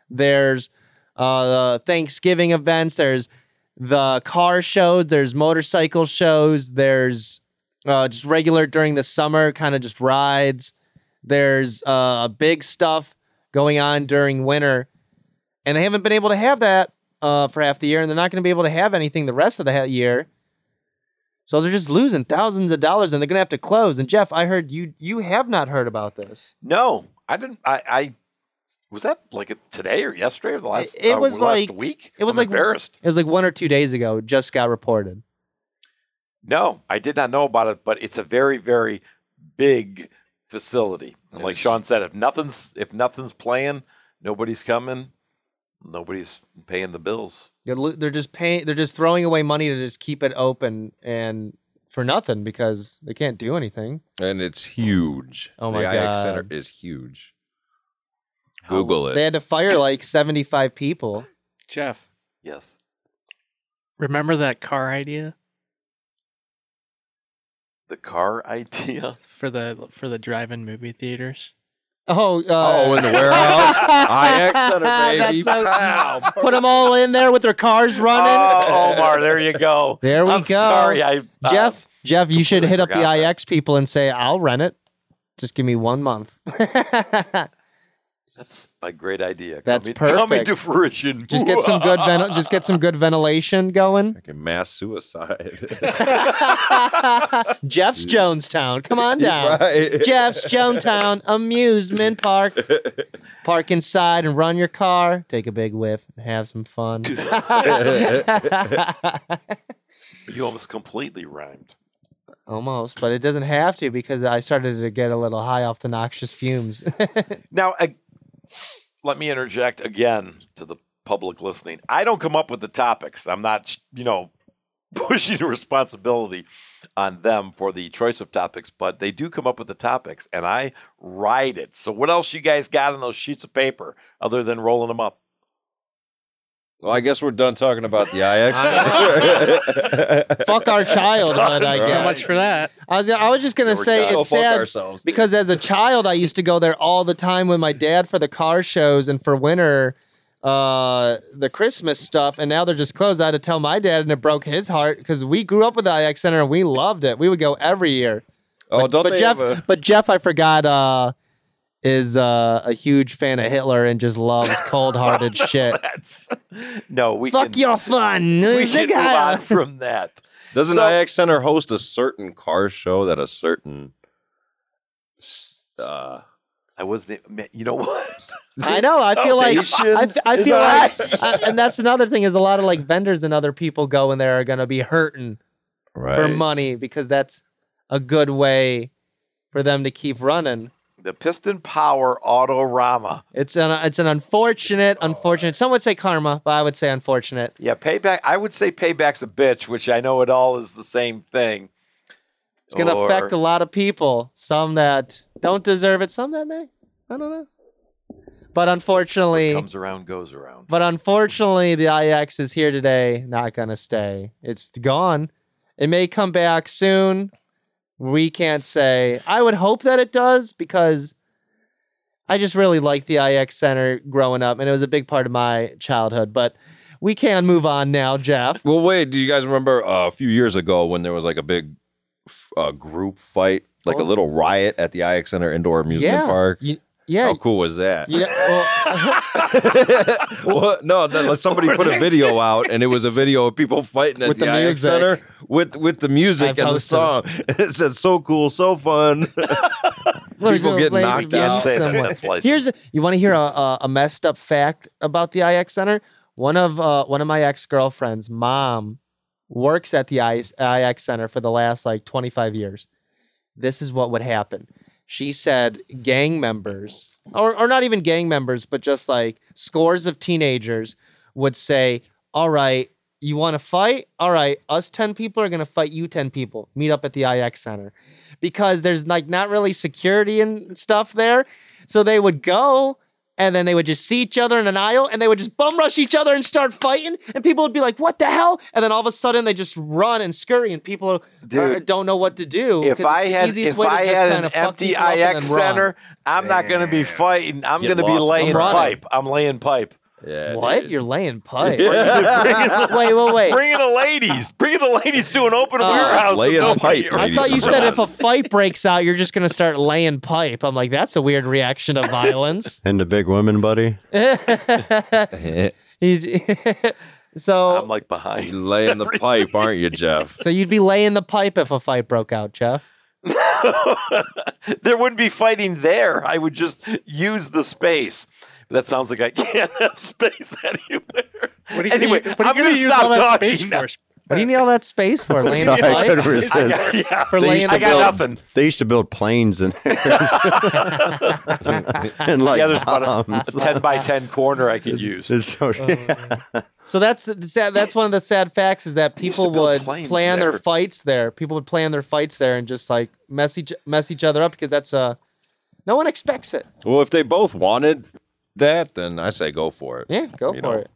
[SPEAKER 4] there's uh, the Thanksgiving events, there's the car shows, there's motorcycle shows, there's uh, just regular during the summer kind of just rides. There's uh, big stuff going on during winter, and they haven't been able to have that uh, for half the year, and they're not going to be able to have anything the rest of the ha- year. So they're just losing thousands of dollars, and they're going to have to close. And Jeff, I heard you you have not heard about this.
[SPEAKER 2] No, I didn't. I, I was that like today or yesterday or the last.
[SPEAKER 4] It- it
[SPEAKER 2] uh,
[SPEAKER 4] was
[SPEAKER 2] last
[SPEAKER 4] like-
[SPEAKER 2] week.
[SPEAKER 4] it was
[SPEAKER 2] I'm
[SPEAKER 4] like-
[SPEAKER 2] embarrassed.
[SPEAKER 4] It was like one or two days ago, it just got reported.
[SPEAKER 2] No, I did not know about it, but it's a very, very big facility. And like Sean said, if nothing's if nothing's playing, nobody's coming, nobody's paying the bills.
[SPEAKER 4] They're, lo- they're just paying, they're just throwing away money to just keep it open and for nothing because they can't do anything.
[SPEAKER 1] and it's huge.
[SPEAKER 4] Oh my
[SPEAKER 1] the IX Center
[SPEAKER 4] God.
[SPEAKER 1] is huge. Google it.
[SPEAKER 4] They had to fire like seventy five people.
[SPEAKER 5] Jeff,
[SPEAKER 2] Yes.
[SPEAKER 5] remember that car idea
[SPEAKER 2] The car idea.
[SPEAKER 5] for the for the drive-in movie theaters?
[SPEAKER 4] Oh, uh,
[SPEAKER 1] oh, in the warehouse, IX Center, baby.
[SPEAKER 4] That's so-
[SPEAKER 1] Pow.
[SPEAKER 4] put them all in there with their cars running.
[SPEAKER 2] Oh, Omar, there you go.
[SPEAKER 4] There we
[SPEAKER 2] I'm
[SPEAKER 4] go.
[SPEAKER 2] Sorry, I uh,
[SPEAKER 4] Jeff, Jeff, you should hit up the
[SPEAKER 2] forgot that.
[SPEAKER 4] IX people and say, "I'll rent it. Just give me one month."
[SPEAKER 2] That's a great idea.
[SPEAKER 4] That's
[SPEAKER 2] coming, Coming
[SPEAKER 4] perfect.
[SPEAKER 2] to fruition.
[SPEAKER 4] just get some good ven- just get some good ventilation going.
[SPEAKER 1] Like a mass suicide.
[SPEAKER 4] Jeff's Jonestown, come on down.
[SPEAKER 1] Right.
[SPEAKER 4] Jeff's Jonestown amusement park. Park inside and run your car. Take a big whiff and have some fun.
[SPEAKER 2] You almost completely rhymed.
[SPEAKER 4] Almost, but it doesn't have to because I started to get a little high off the noxious fumes.
[SPEAKER 2] Now, I, let me interject again to the public listening. I don't come up with the topics. I'm not, you know, pushing the responsibility on them for the choice of topics, but they do come up with the topics, and I ride it. So, what else you guys got on those sheets of paper other than rolling them up?
[SPEAKER 1] well, I guess we're done talking about the IX Center.
[SPEAKER 4] Fuck our childhood, I
[SPEAKER 2] Right.
[SPEAKER 4] guess.
[SPEAKER 5] So much for that.
[SPEAKER 4] I was, I was just gonna say
[SPEAKER 1] Go
[SPEAKER 4] it's
[SPEAKER 1] fuck
[SPEAKER 4] sad
[SPEAKER 1] ourselves.
[SPEAKER 4] because as a child I used to go there all the time with my dad for the car shows and for winter, uh, the Christmas stuff, and now they're just closed. I had to tell my dad, and it broke his heart because we grew up with the IX Center and we loved it. We would go every year.
[SPEAKER 1] Oh, don't
[SPEAKER 4] but
[SPEAKER 1] they
[SPEAKER 4] Jeff,
[SPEAKER 1] have a-
[SPEAKER 4] but Jeff, I forgot, uh, is uh, a huge fan of Hitler and just loves cold-hearted shit.
[SPEAKER 2] That's no, we
[SPEAKER 4] Fuck
[SPEAKER 2] can,
[SPEAKER 4] your fun.
[SPEAKER 2] We can move on from that.
[SPEAKER 1] Doesn't
[SPEAKER 2] So-
[SPEAKER 1] IX Center host a certain car show that a certain s- uh,
[SPEAKER 2] I wasn't. You know what?
[SPEAKER 4] I know. I feel like
[SPEAKER 1] Salvation
[SPEAKER 4] I, f- I
[SPEAKER 1] is
[SPEAKER 4] feel
[SPEAKER 1] our-
[SPEAKER 4] like, I- and that's another thing is a lot of like vendors and other people going there are gonna be hurting for money because that's a good way for them to keep running.
[SPEAKER 2] The Piston Power Autorama.
[SPEAKER 4] It's an it's an unfortunate, unfortunate. Some would say karma, but I would say unfortunate.
[SPEAKER 2] Yeah, payback. I would say payback's a bitch, which I know it all is the same thing.
[SPEAKER 4] It's gonna
[SPEAKER 2] Or-
[SPEAKER 4] affect a lot of people. Some that don't deserve it, some that may. I don't know. But unfortunately,
[SPEAKER 2] Comes around, goes around.
[SPEAKER 4] But unfortunately, the IX is here today, not going to stay. It's gone. It may come back soon. We can't say. I would hope that it does because I just really liked the IX Center growing up, and it was a big part of my childhood. But we can move on now, Jeff.
[SPEAKER 1] Well, wait. Do you guys remember uh, a few years ago when there was like a big f- uh, group fight, like a
[SPEAKER 4] Oh.
[SPEAKER 1] little riot at the IX Center Indoor Amusement
[SPEAKER 4] Yeah.
[SPEAKER 1] Park?
[SPEAKER 4] You- yeah.
[SPEAKER 1] How cool was that?
[SPEAKER 4] you know-
[SPEAKER 1] Oh.
[SPEAKER 4] well,
[SPEAKER 1] well, no, no, like somebody put a video out, and it was a video of people fighting at
[SPEAKER 4] With
[SPEAKER 1] the,
[SPEAKER 4] the
[SPEAKER 1] IX
[SPEAKER 4] music.
[SPEAKER 1] Center with with the
[SPEAKER 4] I
[SPEAKER 1] music and the
[SPEAKER 4] posted
[SPEAKER 1] song. it said, "So cool, so fun."
[SPEAKER 4] we're
[SPEAKER 1] People
[SPEAKER 4] gonna
[SPEAKER 1] get
[SPEAKER 4] blaze
[SPEAKER 1] knocked
[SPEAKER 4] against
[SPEAKER 1] out.
[SPEAKER 2] Say that,
[SPEAKER 4] someone.
[SPEAKER 2] that's license.
[SPEAKER 4] Here's a, you want to hear a, a, a messed up fact about the IX Center. One of uh, one of my ex girlfriend's mom works at the I- IX Center for the last like 25 years. This is what would happen. She said gang members, or or not even gang members, but just like scores of teenagers would say, "All right, you want to fight? All right, us 10 people are going to fight you 10 people. Meet up at the IX Center." Because there's like not really security and stuff there. So they would go and then they would just see each other in an aisle and they would just bum rush each other and start fighting. And people would be like, what the hell? And then all of a sudden they just run and scurry and people are- uh,
[SPEAKER 2] Dude,
[SPEAKER 4] don't know what to do.
[SPEAKER 2] If
[SPEAKER 4] 'cause
[SPEAKER 2] I
[SPEAKER 4] it's the
[SPEAKER 2] had,
[SPEAKER 4] easiest
[SPEAKER 2] if
[SPEAKER 4] way to
[SPEAKER 2] I
[SPEAKER 4] just
[SPEAKER 2] had
[SPEAKER 4] kinda
[SPEAKER 2] an
[SPEAKER 4] fuck
[SPEAKER 2] empty
[SPEAKER 4] people up and
[SPEAKER 2] IX
[SPEAKER 4] then run.
[SPEAKER 2] center, I'm not going to be fighting. I'm
[SPEAKER 1] Get
[SPEAKER 2] going to be
[SPEAKER 1] lost. I'm
[SPEAKER 2] laying
[SPEAKER 4] running.
[SPEAKER 2] pipe. I'm laying pipe.
[SPEAKER 1] Yeah,
[SPEAKER 4] What?
[SPEAKER 1] dude.
[SPEAKER 4] You're laying pipe.
[SPEAKER 2] Bringing-
[SPEAKER 4] wait, wait, wait.
[SPEAKER 2] Bringing the ladies, bringing the ladies to an open
[SPEAKER 4] Uh,
[SPEAKER 2] warehouse.
[SPEAKER 1] laying
[SPEAKER 2] Don't-
[SPEAKER 1] pipe,
[SPEAKER 4] I
[SPEAKER 1] ladies
[SPEAKER 4] thought you
[SPEAKER 1] and
[SPEAKER 4] said if a fight breaks out, you're just going to start laying pipe. I'm like, that's a weird reaction to violence.
[SPEAKER 6] And the big women, buddy.
[SPEAKER 4] He's- so,
[SPEAKER 2] I'm like behind.
[SPEAKER 1] You're laying the pipe, aren't you, Jeff?
[SPEAKER 4] so you'd be laying the pipe if a fight broke out, Jeff.
[SPEAKER 2] there wouldn't be fighting there. I would just use the space. But that sounds like I can't have space anywhere.
[SPEAKER 5] What are you
[SPEAKER 2] anyway,
[SPEAKER 5] gonna, what are
[SPEAKER 2] I'm
[SPEAKER 5] you gonna
[SPEAKER 2] gonna
[SPEAKER 5] use
[SPEAKER 2] stop
[SPEAKER 5] all that
[SPEAKER 2] talking
[SPEAKER 5] space
[SPEAKER 2] now.
[SPEAKER 5] for?
[SPEAKER 4] What do you need all that space for? Laying the
[SPEAKER 6] I
[SPEAKER 4] pipe?
[SPEAKER 6] couldn't resist.
[SPEAKER 2] yeah.
[SPEAKER 4] For laying
[SPEAKER 2] I
[SPEAKER 4] the
[SPEAKER 2] got
[SPEAKER 4] pipe?
[SPEAKER 2] nothing.
[SPEAKER 6] They used to build planes in there. and like
[SPEAKER 2] Yeah, there's about a,
[SPEAKER 6] bombs.
[SPEAKER 2] a 10 by 10 corner I could use.
[SPEAKER 6] It's so-
[SPEAKER 4] Uh-huh. So that's the, the sad, that's one of the sad facts is that
[SPEAKER 2] used to
[SPEAKER 4] people
[SPEAKER 2] build
[SPEAKER 4] would
[SPEAKER 2] planes
[SPEAKER 4] plan
[SPEAKER 2] there.
[SPEAKER 4] their fights there. People would plan their fights there and just like mess each mess each other up because that's uh no one expects it.
[SPEAKER 1] Well, if they both wanted that, then I say go for it.
[SPEAKER 4] Yeah, go
[SPEAKER 1] You
[SPEAKER 4] for
[SPEAKER 1] know.
[SPEAKER 4] it.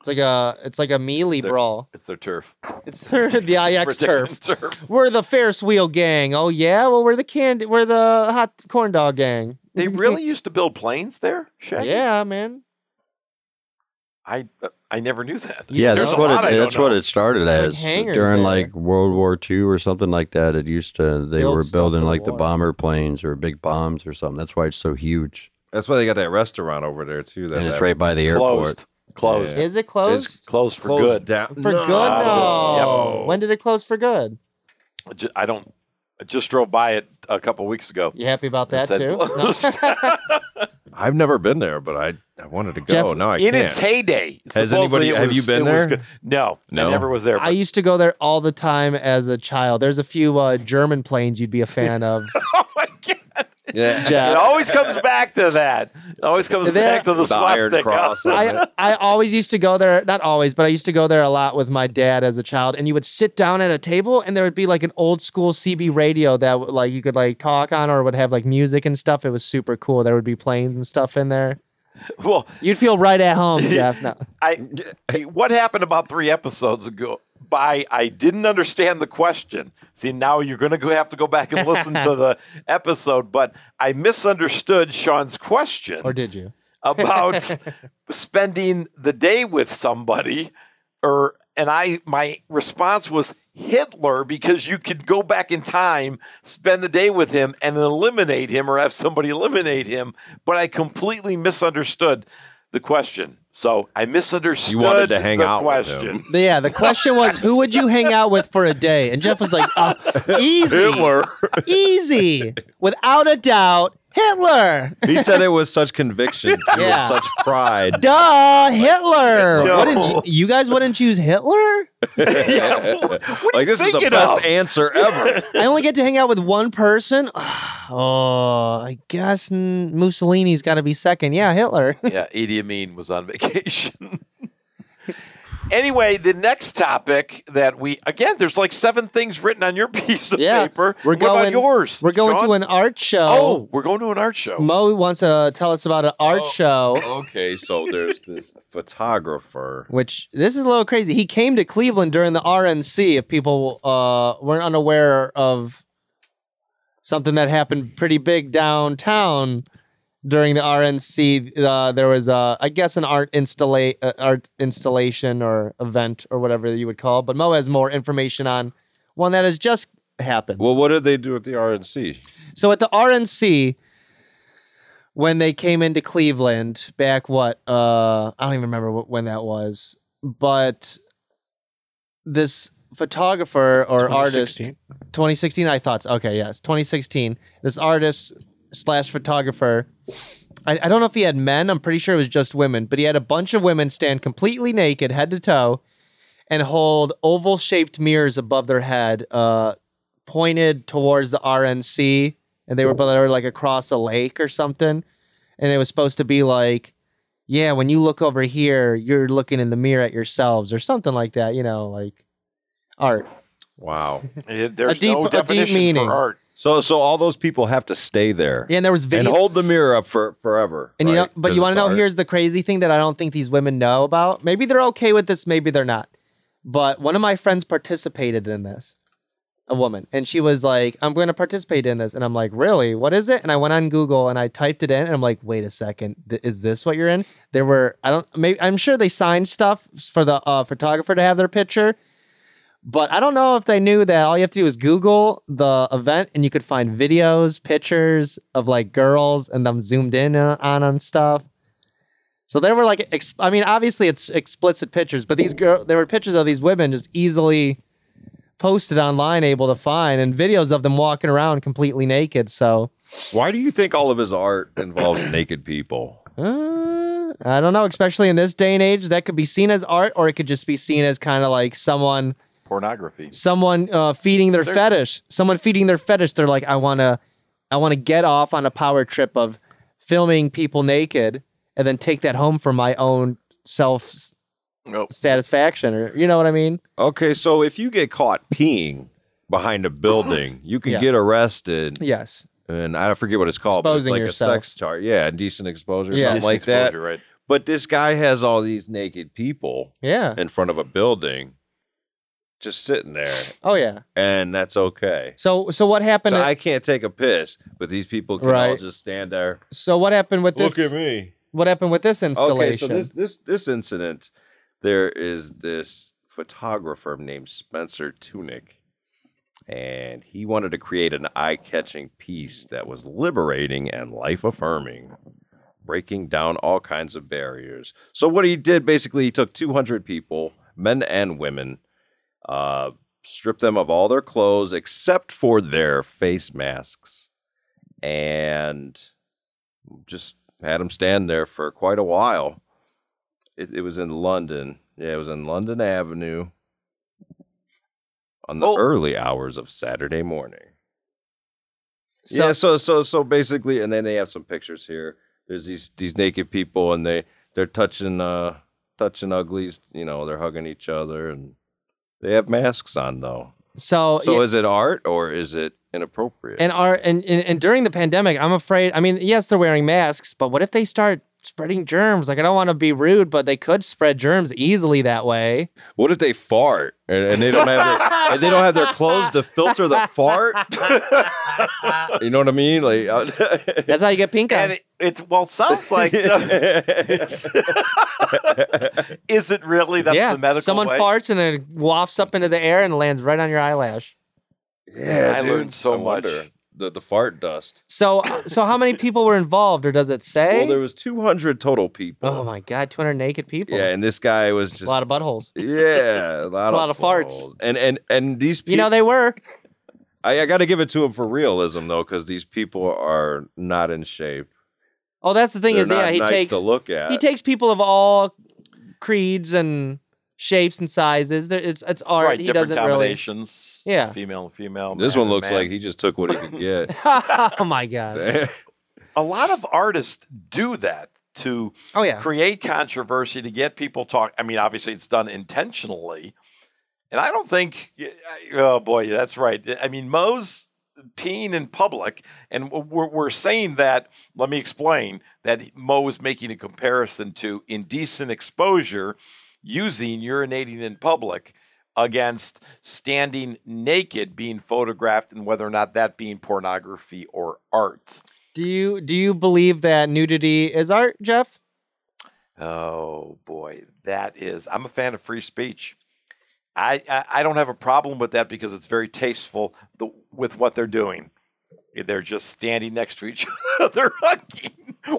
[SPEAKER 4] It's like a it's like a melee brawl.
[SPEAKER 2] It's their turf.
[SPEAKER 4] It's the, the IX turf.
[SPEAKER 2] Ridiculous turf.
[SPEAKER 4] We're the Ferris wheel gang. Oh yeah, well we're the candy. We're the hot corn dog gang.
[SPEAKER 2] They really used to build planes there, Shaggy?
[SPEAKER 4] Yeah, man.
[SPEAKER 2] I I never knew that.
[SPEAKER 6] yeah,
[SPEAKER 2] There's
[SPEAKER 6] that's
[SPEAKER 2] a
[SPEAKER 6] what
[SPEAKER 2] lot I
[SPEAKER 6] it,
[SPEAKER 2] don't
[SPEAKER 6] that's what
[SPEAKER 2] know.
[SPEAKER 6] it started
[SPEAKER 4] It's
[SPEAKER 6] as
[SPEAKER 4] like hangars
[SPEAKER 6] during
[SPEAKER 4] there.
[SPEAKER 6] like World War II or something like that. It used to they
[SPEAKER 4] Build
[SPEAKER 6] were
[SPEAKER 4] stuff
[SPEAKER 6] building
[SPEAKER 4] for the
[SPEAKER 6] like the
[SPEAKER 4] war.
[SPEAKER 6] bomber planes or big bombs or something. That's why it's so huge
[SPEAKER 1] That's why they got that restaurant over there too. That
[SPEAKER 6] and it's
[SPEAKER 1] that-
[SPEAKER 6] right by the
[SPEAKER 2] Closed.
[SPEAKER 6] airport.
[SPEAKER 2] Closed.
[SPEAKER 1] Yeah.
[SPEAKER 4] Is it closed?
[SPEAKER 1] It's
[SPEAKER 2] Closed for
[SPEAKER 1] closed
[SPEAKER 2] good.
[SPEAKER 1] down
[SPEAKER 4] for good, no. When did it close for good?
[SPEAKER 2] Ju- I don't. I just drove by it a couple weeks ago.
[SPEAKER 4] You happy about
[SPEAKER 2] It
[SPEAKER 4] that
[SPEAKER 2] said
[SPEAKER 4] too? No.
[SPEAKER 2] closed.
[SPEAKER 1] I've never been there, but I I wanted to go.
[SPEAKER 4] Jeff,
[SPEAKER 1] now I
[SPEAKER 2] In
[SPEAKER 1] can't.
[SPEAKER 2] its heyday.
[SPEAKER 1] Has
[SPEAKER 2] supposedly
[SPEAKER 1] anybody-
[SPEAKER 2] it
[SPEAKER 1] have
[SPEAKER 2] was-
[SPEAKER 1] you been
[SPEAKER 2] it was
[SPEAKER 1] there?
[SPEAKER 2] good. No,
[SPEAKER 1] No.
[SPEAKER 2] I never was there.
[SPEAKER 4] I
[SPEAKER 2] but-
[SPEAKER 4] used to go there all the time as a child. There's a few uh, German planes you'd be a fan of,
[SPEAKER 2] oh my God.
[SPEAKER 1] yeah.
[SPEAKER 2] It
[SPEAKER 4] Jeff.
[SPEAKER 2] always comes back to that. It always comes
[SPEAKER 4] uh, There-
[SPEAKER 2] back to the
[SPEAKER 1] With the iron
[SPEAKER 2] swastika.
[SPEAKER 1] cross. on it.
[SPEAKER 4] I, I always used to go there, not always, but I used to go there a lot with my dad as a child. And you would sit down at a table, and there would be like an old school CB radio that would, like you could like talk on, or would have like music and stuff. It was super cool. There would be planes and stuff in there.
[SPEAKER 2] Well,
[SPEAKER 4] You'd feel right at home, Jeff. No.
[SPEAKER 2] I what happened about three episodes ago? By I didn't understand the question. See, now you're going to have to go back and listen to the episode, but I misunderstood Sean's question
[SPEAKER 4] Or did you?
[SPEAKER 2] about spending the day with somebody, or and I my response was Hitler because you could go back in time, spend the day with him, and eliminate him, or have somebody eliminate him. But I completely misunderstood the question. So I misunderstood
[SPEAKER 1] to hang
[SPEAKER 2] the
[SPEAKER 1] out with him.
[SPEAKER 2] question.
[SPEAKER 4] But yeah, the question was, who would you hang out with for a day? And Jeff was like, uh, easy, easy, without a doubt, Hitler.
[SPEAKER 1] He said it with such conviction, too,
[SPEAKER 4] Yeah.
[SPEAKER 1] with such pride.
[SPEAKER 4] Duh, Hitler.
[SPEAKER 2] No.
[SPEAKER 4] Wouldn't, you guys wouldn't choose Hitler?
[SPEAKER 1] like this is the
[SPEAKER 2] thinking
[SPEAKER 1] best
[SPEAKER 2] of?
[SPEAKER 1] answer ever.
[SPEAKER 4] I only get to hang out with one person. Oh, I guess mm, Mussolini's got to be second. Yeah, Hitler.
[SPEAKER 2] yeah, Idi Amin was on vacation. anyway, the next topic that we again, there's like seven things written on your piece of
[SPEAKER 4] Yeah,
[SPEAKER 2] paper.
[SPEAKER 4] we're
[SPEAKER 2] what about
[SPEAKER 4] going-
[SPEAKER 2] yours?
[SPEAKER 4] We're going
[SPEAKER 2] Sean?
[SPEAKER 4] to an art show.
[SPEAKER 2] Oh, we're going to an art show.
[SPEAKER 4] Mo wants to tell us about an art
[SPEAKER 1] Oh.
[SPEAKER 4] show.
[SPEAKER 1] Okay, so there's this photographer.
[SPEAKER 4] which this is a little crazy. He came to Cleveland during the RNC. If people uh, weren't unaware of something that happened pretty big downtown during the RNC, uh, there was a, I guess an art installa- uh, art installation or event or whatever you would call. it. But Mo has more information on one that has just happened.
[SPEAKER 1] Well, what did they do at the RNC?
[SPEAKER 4] So at the RNC, when they came into Cleveland back, what uh, I don't even remember what, when that was, but this photographer or artist,
[SPEAKER 5] 2016.
[SPEAKER 4] 2016, I thought. so. Okay, yes, 2016. This artist slash photographer. I, I don't know if he had men. I'm pretty sure it was just women, but he had a bunch of women stand completely naked, head to toe, and hold oval shaped mirrors above their head, uh, pointed towards the RNC, and they were, but they were like across a lake or something, and it was supposed to be like, yeah, when you look over here, you're looking in the mirror at yourselves or something like that. You know, like art.
[SPEAKER 1] Wow.
[SPEAKER 2] It- Eh, There's
[SPEAKER 4] deep- a
[SPEAKER 2] no
[SPEAKER 4] deep
[SPEAKER 2] definition
[SPEAKER 4] meaning.
[SPEAKER 2] for art.
[SPEAKER 1] So so all those people have to stay there
[SPEAKER 4] Yeah, and there was video.
[SPEAKER 1] and hold the mirror up for forever.
[SPEAKER 4] And you know,
[SPEAKER 1] right?
[SPEAKER 4] but
[SPEAKER 1] 'Cause
[SPEAKER 4] you want to
[SPEAKER 1] it's
[SPEAKER 4] know?
[SPEAKER 1] art.
[SPEAKER 4] Here's the crazy thing that I don't think these women know about. Maybe they're okay with this. Maybe they're not. But one of my friends participated in this, a woman, and she was like, "I'm going to participate in this," and I'm like, "Really? What is it?" And I went on Google and I typed it in, and I'm like, "Wait a second, th- is this what you're in?" There were I don't. Maybe I'm sure they signed stuff for the uh, photographer to have their picture. But I don't know if they knew that all you have to do is Google the event and you could find videos, pictures of like girls and them zoomed in uh, on on stuff. So there were like, ex- I mean, obviously it's explicit pictures, but these girl, there were pictures of these women just easily posted online, able to find, and videos of them walking around completely naked. So
[SPEAKER 1] Why do you think all of his art involves naked people?
[SPEAKER 4] uh, I don't know, especially in this day and age, that could be seen as art, or it could just be seen as kind of like someone
[SPEAKER 2] Pornography.
[SPEAKER 4] someone uh, feeding their
[SPEAKER 2] There's-
[SPEAKER 4] fetish. Someone feeding their fetish. They're like, I wanna, I wanna get off on a power trip of filming people naked and then take that home for my own self
[SPEAKER 1] Oh.
[SPEAKER 2] Nope.
[SPEAKER 4] satisfaction, or you know what I mean?
[SPEAKER 1] Okay, so if you get caught peeing behind a building, you can
[SPEAKER 4] Yeah.
[SPEAKER 1] get arrested,
[SPEAKER 4] Yes.
[SPEAKER 1] and I forget what it's called, but it's
[SPEAKER 4] Exposing
[SPEAKER 1] like
[SPEAKER 4] yourself.
[SPEAKER 1] a sex charge. Yeah, indecent exposure,
[SPEAKER 4] Yeah.
[SPEAKER 1] something like
[SPEAKER 2] Exposure,
[SPEAKER 1] that.
[SPEAKER 2] Right.
[SPEAKER 1] But this guy has all these naked people
[SPEAKER 4] Yeah.
[SPEAKER 1] in front of a building, just sitting there,
[SPEAKER 4] Oh yeah.
[SPEAKER 1] and that's okay.
[SPEAKER 4] So so what happened?
[SPEAKER 1] So
[SPEAKER 4] So,
[SPEAKER 1] I can't take a piss, but these people can all
[SPEAKER 4] Right.
[SPEAKER 1] just stand there.
[SPEAKER 4] what happened with this?
[SPEAKER 1] me.
[SPEAKER 4] What happened with this
[SPEAKER 1] Okay,
[SPEAKER 4] installation?
[SPEAKER 1] so this this this incident, there is this photographer named Spencer Tunick, and he wanted to create an eye-catching piece that was liberating and life-affirming, breaking down all kinds of barriers. So what he did basically, he took 200 people, men and women, uh, stripped them of all their clothes except for their face masks, and just had him stand there for quite a while. It, it was in London. Yeah, it was in London Avenue on the
[SPEAKER 2] Oh.
[SPEAKER 1] early hours of Saturday morning.
[SPEAKER 4] So-
[SPEAKER 1] yeah, so so so basically, and then they have some pictures here. There's these these naked people, and they they're touching uh touching uglies. You know, they're hugging each other, and they have masks on though.
[SPEAKER 4] so
[SPEAKER 1] So
[SPEAKER 4] yeah.
[SPEAKER 1] is it art or is it inappropriate?
[SPEAKER 4] and are and, and and during the pandemic i'm afraid i mean yes they're wearing masks but what if they start spreading germs like i don't want to be rude but they could spread germs easily that way
[SPEAKER 1] What if they fart and, and they don't have their, and they don't have their clothes to filter the fart? you know what I mean? Like, uh, I-
[SPEAKER 4] that's how you get pink
[SPEAKER 2] And
[SPEAKER 4] eye
[SPEAKER 2] it, it's well, sounds like. is it really? That's
[SPEAKER 4] yeah
[SPEAKER 2] the medical
[SPEAKER 4] someone
[SPEAKER 2] way?
[SPEAKER 4] farts and it wafts up into the air and lands right on your eyelash
[SPEAKER 1] yeah,
[SPEAKER 2] I
[SPEAKER 1] dude.
[SPEAKER 2] learned so
[SPEAKER 1] I wonder.
[SPEAKER 2] much.
[SPEAKER 1] The the fart dust.
[SPEAKER 4] so so how many people were involved or does it say
[SPEAKER 1] Well, there was two hundred total people.
[SPEAKER 4] oh my god 200 naked people
[SPEAKER 1] Yeah, and this guy was just
[SPEAKER 4] a lot of buttholes
[SPEAKER 1] yeah, a lot,
[SPEAKER 4] a lot of farts.
[SPEAKER 1] balls. And and and these people,
[SPEAKER 4] you know they were
[SPEAKER 1] I, I got to give it to him for realism though, because these people are not in shape.
[SPEAKER 4] oh that's the thing
[SPEAKER 1] They're
[SPEAKER 4] is
[SPEAKER 1] not
[SPEAKER 4] yeah he
[SPEAKER 1] nice
[SPEAKER 4] takes
[SPEAKER 1] to look at.
[SPEAKER 4] he takes people of all creeds and shapes and sizes. There- It's it's art.
[SPEAKER 2] Right,
[SPEAKER 4] he
[SPEAKER 2] different
[SPEAKER 4] doesn't really.
[SPEAKER 2] combinations.
[SPEAKER 4] Yeah.
[SPEAKER 2] Female and female.
[SPEAKER 1] this
[SPEAKER 2] man
[SPEAKER 1] one
[SPEAKER 2] and
[SPEAKER 1] looks
[SPEAKER 2] man.
[SPEAKER 1] like he just took what he could get.
[SPEAKER 4] oh my god.
[SPEAKER 1] Damn.
[SPEAKER 2] A lot of artists do that to
[SPEAKER 4] Oh yeah.
[SPEAKER 2] create controversy to get people talk. I mean, obviously, it's done intentionally, and I don't think. Oh boy, that's right. I mean, Moe's peeing in public, and we're, we're saying that. Let me explain that Moe is making a comparison to indecent exposure, using urinating in public against standing naked being photographed and whether or not that being pornography or art
[SPEAKER 4] Do you do you believe that nudity is art, Jeff?
[SPEAKER 2] Oh boy, that is. I'm a fan of free speech. I I, I don't have a problem with that because it's very tasteful the, with what they're doing. Eh, They're just standing next to each other hugging.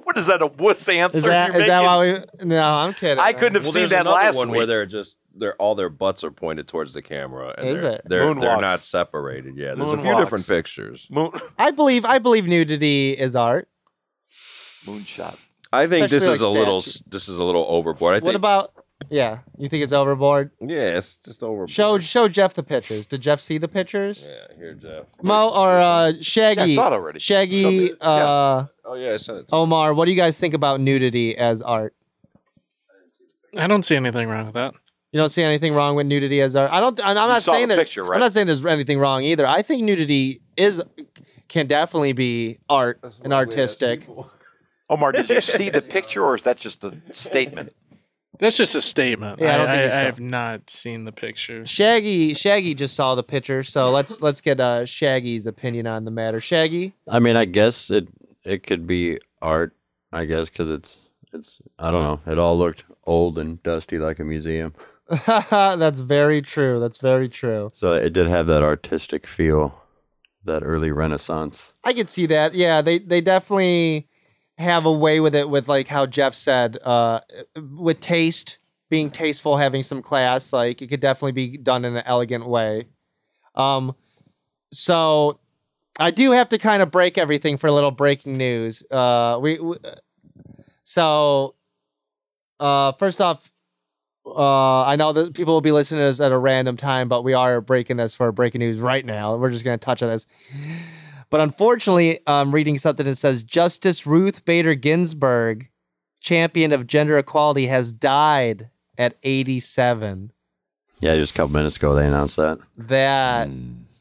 [SPEAKER 2] What is that? A wuss answer?
[SPEAKER 4] Is that
[SPEAKER 2] you're
[SPEAKER 4] is that
[SPEAKER 2] making?
[SPEAKER 4] why we? No, I'm kidding.
[SPEAKER 2] I couldn't have seen
[SPEAKER 1] there's
[SPEAKER 2] that
[SPEAKER 1] another
[SPEAKER 2] last
[SPEAKER 1] one
[SPEAKER 2] week.
[SPEAKER 1] where they're just they're all their butts are pointed towards the camera. And
[SPEAKER 4] Is
[SPEAKER 1] they're,
[SPEAKER 4] it?
[SPEAKER 1] They're, they're
[SPEAKER 2] Moonwalks.
[SPEAKER 1] not separated. Yeah, there's a few
[SPEAKER 2] Moonwalks.
[SPEAKER 1] different pictures.
[SPEAKER 2] Moon,
[SPEAKER 4] I believe I believe nudity is art.
[SPEAKER 2] moonshot.
[SPEAKER 1] I think this
[SPEAKER 4] Especially
[SPEAKER 1] is
[SPEAKER 4] like
[SPEAKER 1] a little
[SPEAKER 4] statue.
[SPEAKER 1] s- this is a little overboard. I
[SPEAKER 4] What
[SPEAKER 1] think
[SPEAKER 4] about? Yeah, you think it's overboard?
[SPEAKER 1] yeah, it's just overboard.
[SPEAKER 4] Show show Jeff the pictures. Did Jeff see the pictures?
[SPEAKER 1] yeah, here, Jeff.
[SPEAKER 4] Mo or uh, Shaggy?
[SPEAKER 2] Yeah, I saw it already.
[SPEAKER 4] Shaggy,
[SPEAKER 2] Showed me-
[SPEAKER 4] uh,
[SPEAKER 1] Oh yeah, I sent it. To
[SPEAKER 4] Omar, what do you guys think about nudity as art?
[SPEAKER 5] I don't see anything wrong with that.
[SPEAKER 4] You don't see anything wrong with nudity as art. I don't. I'm I'm
[SPEAKER 2] You
[SPEAKER 4] not
[SPEAKER 2] saw
[SPEAKER 4] saying
[SPEAKER 2] the
[SPEAKER 4] that.
[SPEAKER 2] picture, right?
[SPEAKER 4] I'm not saying there's anything wrong either. I think nudity is can definitely be art and artistic.
[SPEAKER 2] Omar, did you see the picture or is that just a statement?
[SPEAKER 5] That's just a statement.
[SPEAKER 4] Yeah, I don't
[SPEAKER 5] I,
[SPEAKER 4] think it's
[SPEAKER 5] I
[SPEAKER 4] so.
[SPEAKER 5] have not seen the pictures.
[SPEAKER 4] Shaggy, Shaggy just saw the picture, so let's let's get uh, Shaggy's opinion on the matter. Shaggy,
[SPEAKER 6] I mean, I guess it it could be art. I guess because it's it's I don't know. It all looked old and dusty like a museum,
[SPEAKER 4] that's very true. That's very true.
[SPEAKER 6] so it did have that artistic feel, that early Renaissance.
[SPEAKER 4] I could see that. Yeah, they they definitely have a way with it, with like how Jeff said, uh, with taste, being tasteful, having some class. Like it could definitely be done in an elegant way. Um, so I do have to kind of break everything for a little breaking news. Uh, we, we so uh, first off. Uh, I know that people will be listening to this at a random time, but we are breaking this for breaking news right now. We're just going to touch on this. But unfortunately, I'm reading something that says Justice Ruth Bader Ginsburg, champion of gender equality, has died at 87.
[SPEAKER 6] Yeah, just a couple minutes ago they announced that.
[SPEAKER 4] That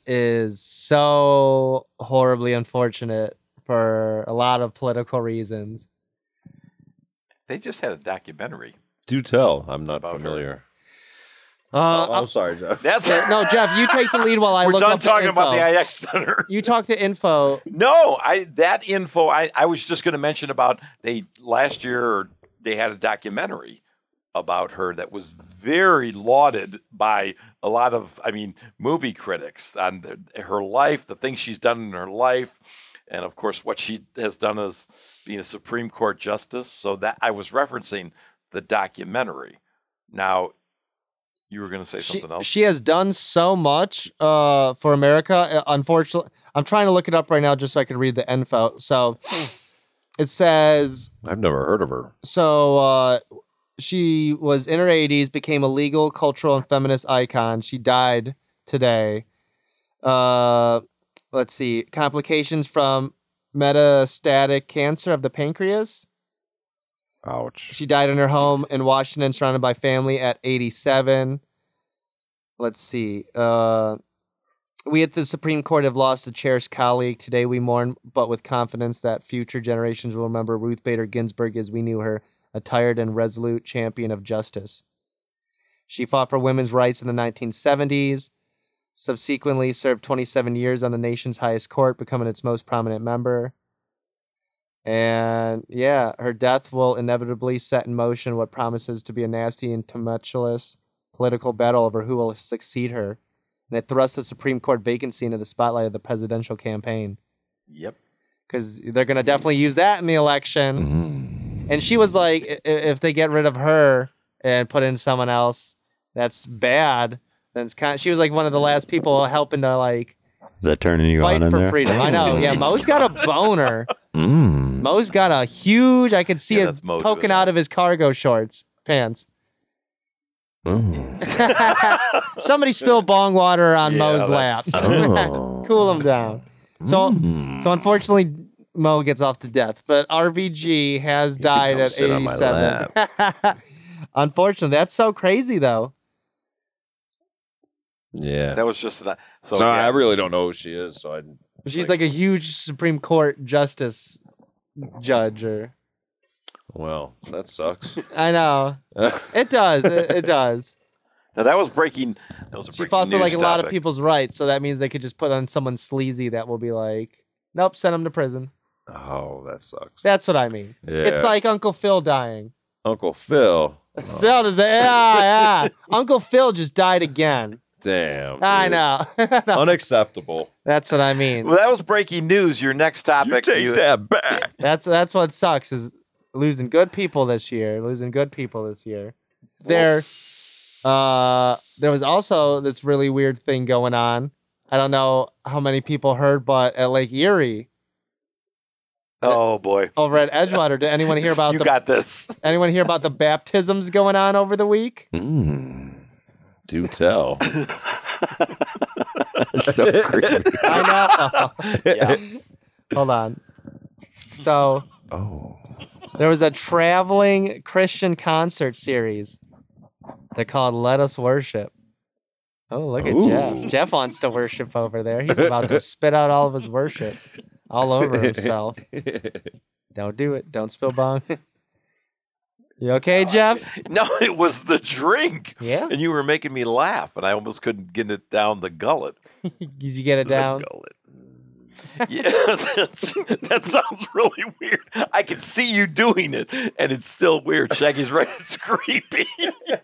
[SPEAKER 4] is
[SPEAKER 2] Mm.
[SPEAKER 4] so horribly unfortunate for a lot of political reasons.
[SPEAKER 2] They just had a documentary.
[SPEAKER 1] Do tell. I'm not
[SPEAKER 2] About her.
[SPEAKER 1] familiar.
[SPEAKER 4] Uh,
[SPEAKER 1] oh, I'm sorry, Jeff.
[SPEAKER 2] That's
[SPEAKER 4] uh, no, Jeff, you take the lead while I
[SPEAKER 2] We're
[SPEAKER 4] look
[SPEAKER 2] done
[SPEAKER 4] up the
[SPEAKER 2] talking about
[SPEAKER 4] info.
[SPEAKER 2] the IX Center.
[SPEAKER 4] You talk the info.
[SPEAKER 2] No, I that info I, I was just going to mention about they last year they had a documentary about her that was very lauded by a lot of I mean movie critics on the, her life, the things she's done in her life, and of course what she has done as being a Supreme Court justice. So that I was referencing the documentary. Now you were going to say
[SPEAKER 4] she,
[SPEAKER 2] something else.
[SPEAKER 4] she has done so much uh, for America. Uh, Unfortunately, I'm trying to look it up right now just so I can read the info. So it says
[SPEAKER 1] I've never heard of her.
[SPEAKER 4] so uh, she was in her 80s, became a legal, cultural, and feminist icon. She died today. Uh, let's see, complications from metastatic cancer of the pancreas.
[SPEAKER 1] Ouch.
[SPEAKER 4] She died in her home in Washington, surrounded by family at 87. Let's see. Uh, we at the Supreme Court have lost a cherished colleague. Today we mourn, but with confidence that future generations will remember Ruth Bader Ginsburg as we knew her, a tired and resolute champion of justice. She fought for women's rights in the 1970s, subsequently served 27 years on the nation's highest court, becoming its most prominent member. And yeah, her death will inevitably set in motion what promises to be a nasty and tumultuous political battle over who will succeed her. And it thrusts the Supreme Court vacancy into the spotlight of the presidential campaign
[SPEAKER 2] yep.
[SPEAKER 4] because they're going to definitely use that in the election. And she was like, i- i- if they get rid of her and put in someone else that's bad, then it's kind she was like one of the last people helping to like
[SPEAKER 6] Is that turning you
[SPEAKER 4] fight
[SPEAKER 6] on in
[SPEAKER 4] for
[SPEAKER 6] there?
[SPEAKER 4] freedom. I know. Yeah, Mo's got a boner.
[SPEAKER 1] Mm.
[SPEAKER 4] Mo's got a huge. I could see
[SPEAKER 2] Yeah,
[SPEAKER 4] it
[SPEAKER 2] that's Mo
[SPEAKER 4] poking
[SPEAKER 2] doing
[SPEAKER 4] out
[SPEAKER 2] that.
[SPEAKER 4] of his cargo shorts pants.
[SPEAKER 6] Oh.
[SPEAKER 4] Somebody spilled bong water on
[SPEAKER 2] Yeah,
[SPEAKER 4] Mo's lap.
[SPEAKER 2] that's-
[SPEAKER 4] cool him down. So,
[SPEAKER 6] Mm.
[SPEAKER 4] so unfortunately, Mo gets off to death. But RBG has died
[SPEAKER 1] come
[SPEAKER 4] at
[SPEAKER 1] sit on my
[SPEAKER 4] eighty-seven. unfortunately, that's so crazy though.
[SPEAKER 1] Yeah.
[SPEAKER 2] That was just an, so.
[SPEAKER 1] so I
[SPEAKER 2] yeah.
[SPEAKER 1] really don't know who she is. So I.
[SPEAKER 4] She's like a huge Supreme Court justice judge. Or
[SPEAKER 1] Well, that sucks.
[SPEAKER 4] I know
[SPEAKER 1] Oh,
[SPEAKER 4] it does. It, it does.
[SPEAKER 2] Now that was breaking. That was a
[SPEAKER 4] She
[SPEAKER 2] breaking
[SPEAKER 4] fought for
[SPEAKER 2] news
[SPEAKER 4] like a lot of
[SPEAKER 2] topic.
[SPEAKER 4] people's rights, so that means they could just put on someone sleazy that will be like, nope, send him to prison.
[SPEAKER 1] Oh, that sucks.
[SPEAKER 4] That's what I mean. It's
[SPEAKER 1] Yeah.
[SPEAKER 4] like Uncle Phil dying.
[SPEAKER 1] Uncle Phil. Oh,
[SPEAKER 4] Still, does yeah, yeah. Uncle Phil just died again.
[SPEAKER 1] damn.
[SPEAKER 4] I
[SPEAKER 1] dude.
[SPEAKER 4] know. No,
[SPEAKER 1] Unacceptable.
[SPEAKER 4] that's what I mean.
[SPEAKER 2] Well, that was breaking news. Your next topic. you-
[SPEAKER 1] that back.
[SPEAKER 4] That's that's what sucks is losing good people this year. Losing good people this year. There, uh, there was also this really weird thing going on. I don't know how many people heard, but at Lake Erie
[SPEAKER 2] oh boy,
[SPEAKER 4] over at Edgewater, did anyone hear about
[SPEAKER 2] you
[SPEAKER 4] the
[SPEAKER 2] got this.
[SPEAKER 4] anyone hear about the baptisms going on over the week?
[SPEAKER 1] Mm, do tell.
[SPEAKER 6] That's so creepy.
[SPEAKER 4] I know. Hold on. So
[SPEAKER 1] oh.
[SPEAKER 4] there was a traveling Christian concert series they called Let Us Worship. Oh, look at
[SPEAKER 1] Ooh.
[SPEAKER 4] Jeff. Jeff wants to worship over there. He's about to spit out all of his worship all over himself. Don't do it. Don't spill bong. you okay, Jeff?
[SPEAKER 2] No, it was the drink,
[SPEAKER 4] Yeah.
[SPEAKER 2] and you were making me laugh, and I almost couldn't get it down the gullet.
[SPEAKER 4] Did you get it down?
[SPEAKER 2] The gullet. Yeah, that's, that sounds really weird. I can see you doing it, and it's still weird. Shaggy's right; it's creepy.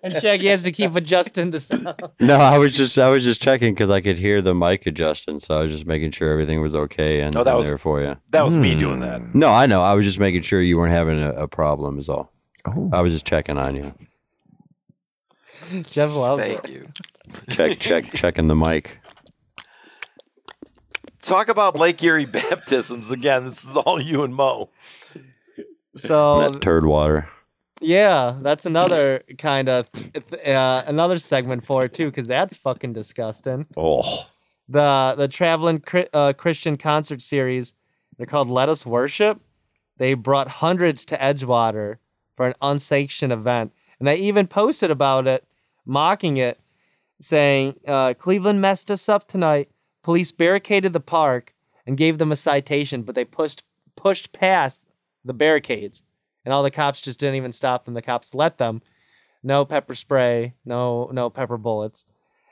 [SPEAKER 4] And Shaggy has to keep adjusting the sound.
[SPEAKER 6] No, I was just I was just checking because I could hear the mic adjusting, so I was just making sure everything was okay and,
[SPEAKER 2] Oh, that
[SPEAKER 6] and
[SPEAKER 2] was-
[SPEAKER 6] there for you.
[SPEAKER 2] That was me doing that.
[SPEAKER 6] No, I know. I was just making sure you weren't having a, a problem. Is all. I was just checking on you.
[SPEAKER 4] Jeff loves it.
[SPEAKER 2] Thank you.
[SPEAKER 6] Check, check, checking the mic.
[SPEAKER 2] Talk about Lake Erie baptisms again. This is all you and Mo.
[SPEAKER 4] So
[SPEAKER 6] that turd water.
[SPEAKER 4] Yeah, that's another kind of uh, another segment for it too, because that's fucking disgusting.
[SPEAKER 1] Oh.
[SPEAKER 4] The the traveling Chri- uh, Christian concert series, they're called Let Us Worship. They brought hundreds to Edgewater for an unsanctioned event, and they even posted about it, mocking it, saying uh, Cleveland messed us up tonight. Police barricaded the park and gave them a citation, but they pushed pushed past the barricades and all the cops just didn't even stop them. The cops let them. No pepper spray, no no pepper bullets,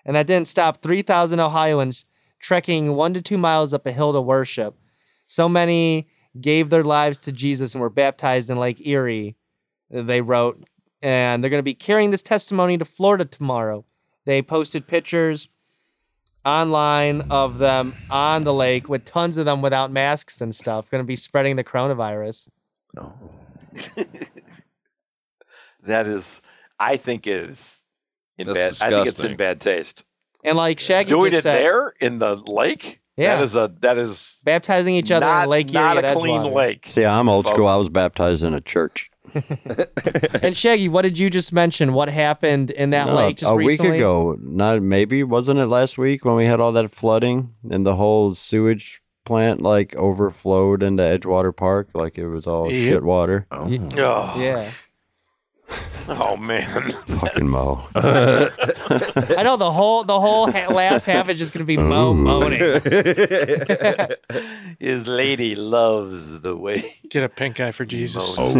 [SPEAKER 4] and that didn't stop 3,000 Ohioans trekking one to two miles up a hill to worship. So many gave their lives to Jesus and were baptized in Lake Erie. They wrote, and they're going to be carrying this testimony to Florida tomorrow. They posted pictures online of them on the lake with tons of them without masks and stuff. Going to be spreading the coronavirus.
[SPEAKER 6] Oh.
[SPEAKER 2] That is, I think it is in
[SPEAKER 1] That's
[SPEAKER 2] bad. I think it's in
[SPEAKER 1] disgusting.
[SPEAKER 2] bad taste.
[SPEAKER 4] And like Shaggy
[SPEAKER 2] Doing
[SPEAKER 4] just
[SPEAKER 2] it
[SPEAKER 4] said,
[SPEAKER 2] there in the lake.
[SPEAKER 4] Yeah.
[SPEAKER 2] that is a that is
[SPEAKER 4] baptizing each other
[SPEAKER 2] not,
[SPEAKER 4] in Lake Erie
[SPEAKER 2] not
[SPEAKER 4] at
[SPEAKER 2] a clean
[SPEAKER 4] Edgewater.
[SPEAKER 2] lake.
[SPEAKER 6] See, I'm old school. I was baptized in a church
[SPEAKER 4] And Shaggy, what did you just mention? What happened in that
[SPEAKER 6] No,
[SPEAKER 4] lake just
[SPEAKER 6] Uh, a
[SPEAKER 4] recently?
[SPEAKER 6] week ago. Not maybe wasn't it last week when we had all that flooding and the whole sewage plant like overflowed into Edgewater Park, like it was all
[SPEAKER 5] Yep.
[SPEAKER 6] shit water.
[SPEAKER 1] Oh.
[SPEAKER 2] Oh,
[SPEAKER 4] Yeah,
[SPEAKER 2] oh man,
[SPEAKER 6] Fucking Mo.
[SPEAKER 4] I know the whole the whole ha- last half is just gonna be mo moaning.
[SPEAKER 2] his lady loves the way.
[SPEAKER 5] Get a pink eye for Jesus.
[SPEAKER 1] Oh,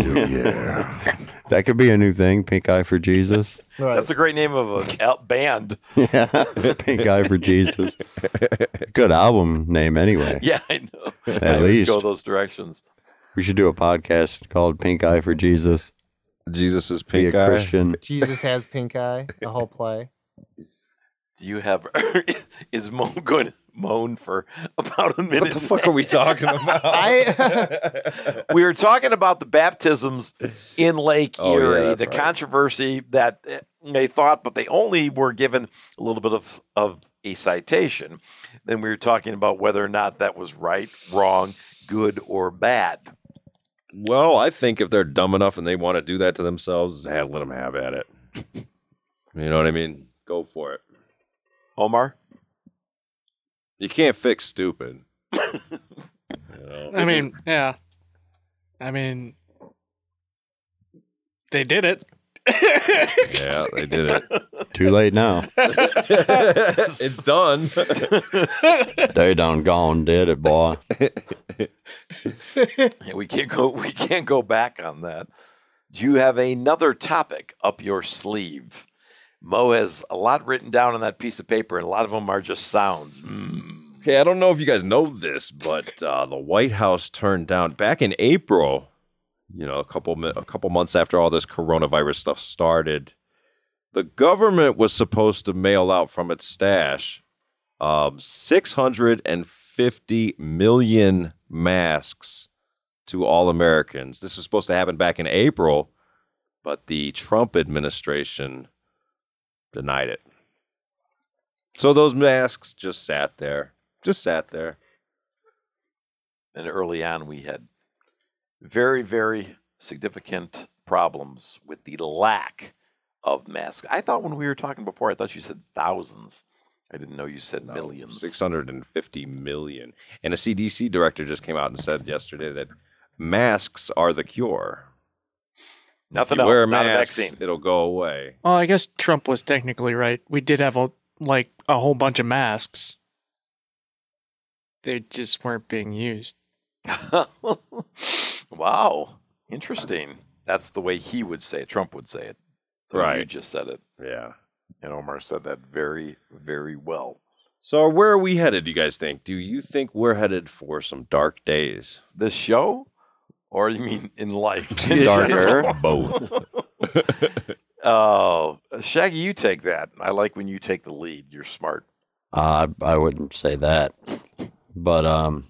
[SPEAKER 6] that could be a new thing. Pink Eye for Jesus.
[SPEAKER 2] That's a great name of an el- band.
[SPEAKER 6] yeah, Pink Eye for Jesus. Good album name, anyway.
[SPEAKER 2] Yeah, I know. At
[SPEAKER 6] least.
[SPEAKER 2] go those directions.
[SPEAKER 6] We should do a podcast called Pink Eye for Jesus.
[SPEAKER 1] Jesus is
[SPEAKER 6] Be a
[SPEAKER 1] pink eye.
[SPEAKER 6] Christian.
[SPEAKER 4] Jesus has pink eye. The whole play.
[SPEAKER 2] Do you have? is Mo going to moan for about a minute?
[SPEAKER 1] What the fuck are we talking about?
[SPEAKER 4] I
[SPEAKER 6] uh,
[SPEAKER 2] we were talking about the baptisms in Lake
[SPEAKER 1] Oh, yeah,
[SPEAKER 2] Erie,
[SPEAKER 1] that's
[SPEAKER 2] the
[SPEAKER 1] right.
[SPEAKER 2] controversy that eh, they thought, but they only were given a little bit of, of a citation. Then we were talking about whether or not that was right, wrong, good, or bad.
[SPEAKER 1] well, I think if they're dumb enough and they want to do that to themselves, eh, let them have at it. You know what I mean? Go for it.
[SPEAKER 2] Omar?
[SPEAKER 1] You can't fix stupid. You know?
[SPEAKER 5] I mean, yeah. I mean, they did it.
[SPEAKER 1] yeah, they did it.
[SPEAKER 6] Too late now.
[SPEAKER 1] it's done.
[SPEAKER 6] they done gone, did it, boy.
[SPEAKER 2] Yeah, we can't go we can't go back on that. Do you have another topic up your sleeve? Mo has a lot written down on that piece of paper, and a lot of them are just sounds. Mm.
[SPEAKER 1] Okay, I don't know if you guys know this, but uh, the White House turned down back in April. You know, a couple mi- a couple months after all this coronavirus stuff started, the government was supposed to mail out from its stash um, 650 million masks to all Americans. This was supposed to happen back in April, but the Trump administration denied it. So those masks just sat there. Just sat there.
[SPEAKER 2] and early on we had very very significant problems with the lack of masks i thought when we were talking before i thought you said thousands i didn't know you said millions
[SPEAKER 1] 650 million. And a CDC director just came out and said yesterday that masks are the cure. If
[SPEAKER 2] nothing
[SPEAKER 1] you
[SPEAKER 2] else
[SPEAKER 1] wear
[SPEAKER 2] not
[SPEAKER 1] masks,
[SPEAKER 2] a vaccine
[SPEAKER 1] it'll go away.
[SPEAKER 5] Well, I guess Trump was technically right. We did have a like a whole bunch of masks. They just weren't being used.
[SPEAKER 2] wow interesting that's the way he would say it trump would say it you
[SPEAKER 1] Right.
[SPEAKER 2] just said it
[SPEAKER 1] Yeah.
[SPEAKER 2] and omar said that very very well
[SPEAKER 1] So where are we headed, you guys think? Do you think we're headed for some dark days?
[SPEAKER 2] this show or you mean in life
[SPEAKER 6] Darker.
[SPEAKER 1] Both.
[SPEAKER 2] oh shaggy you take that i like when you take the lead you're smart
[SPEAKER 6] Uh, I I wouldn't say that, but um,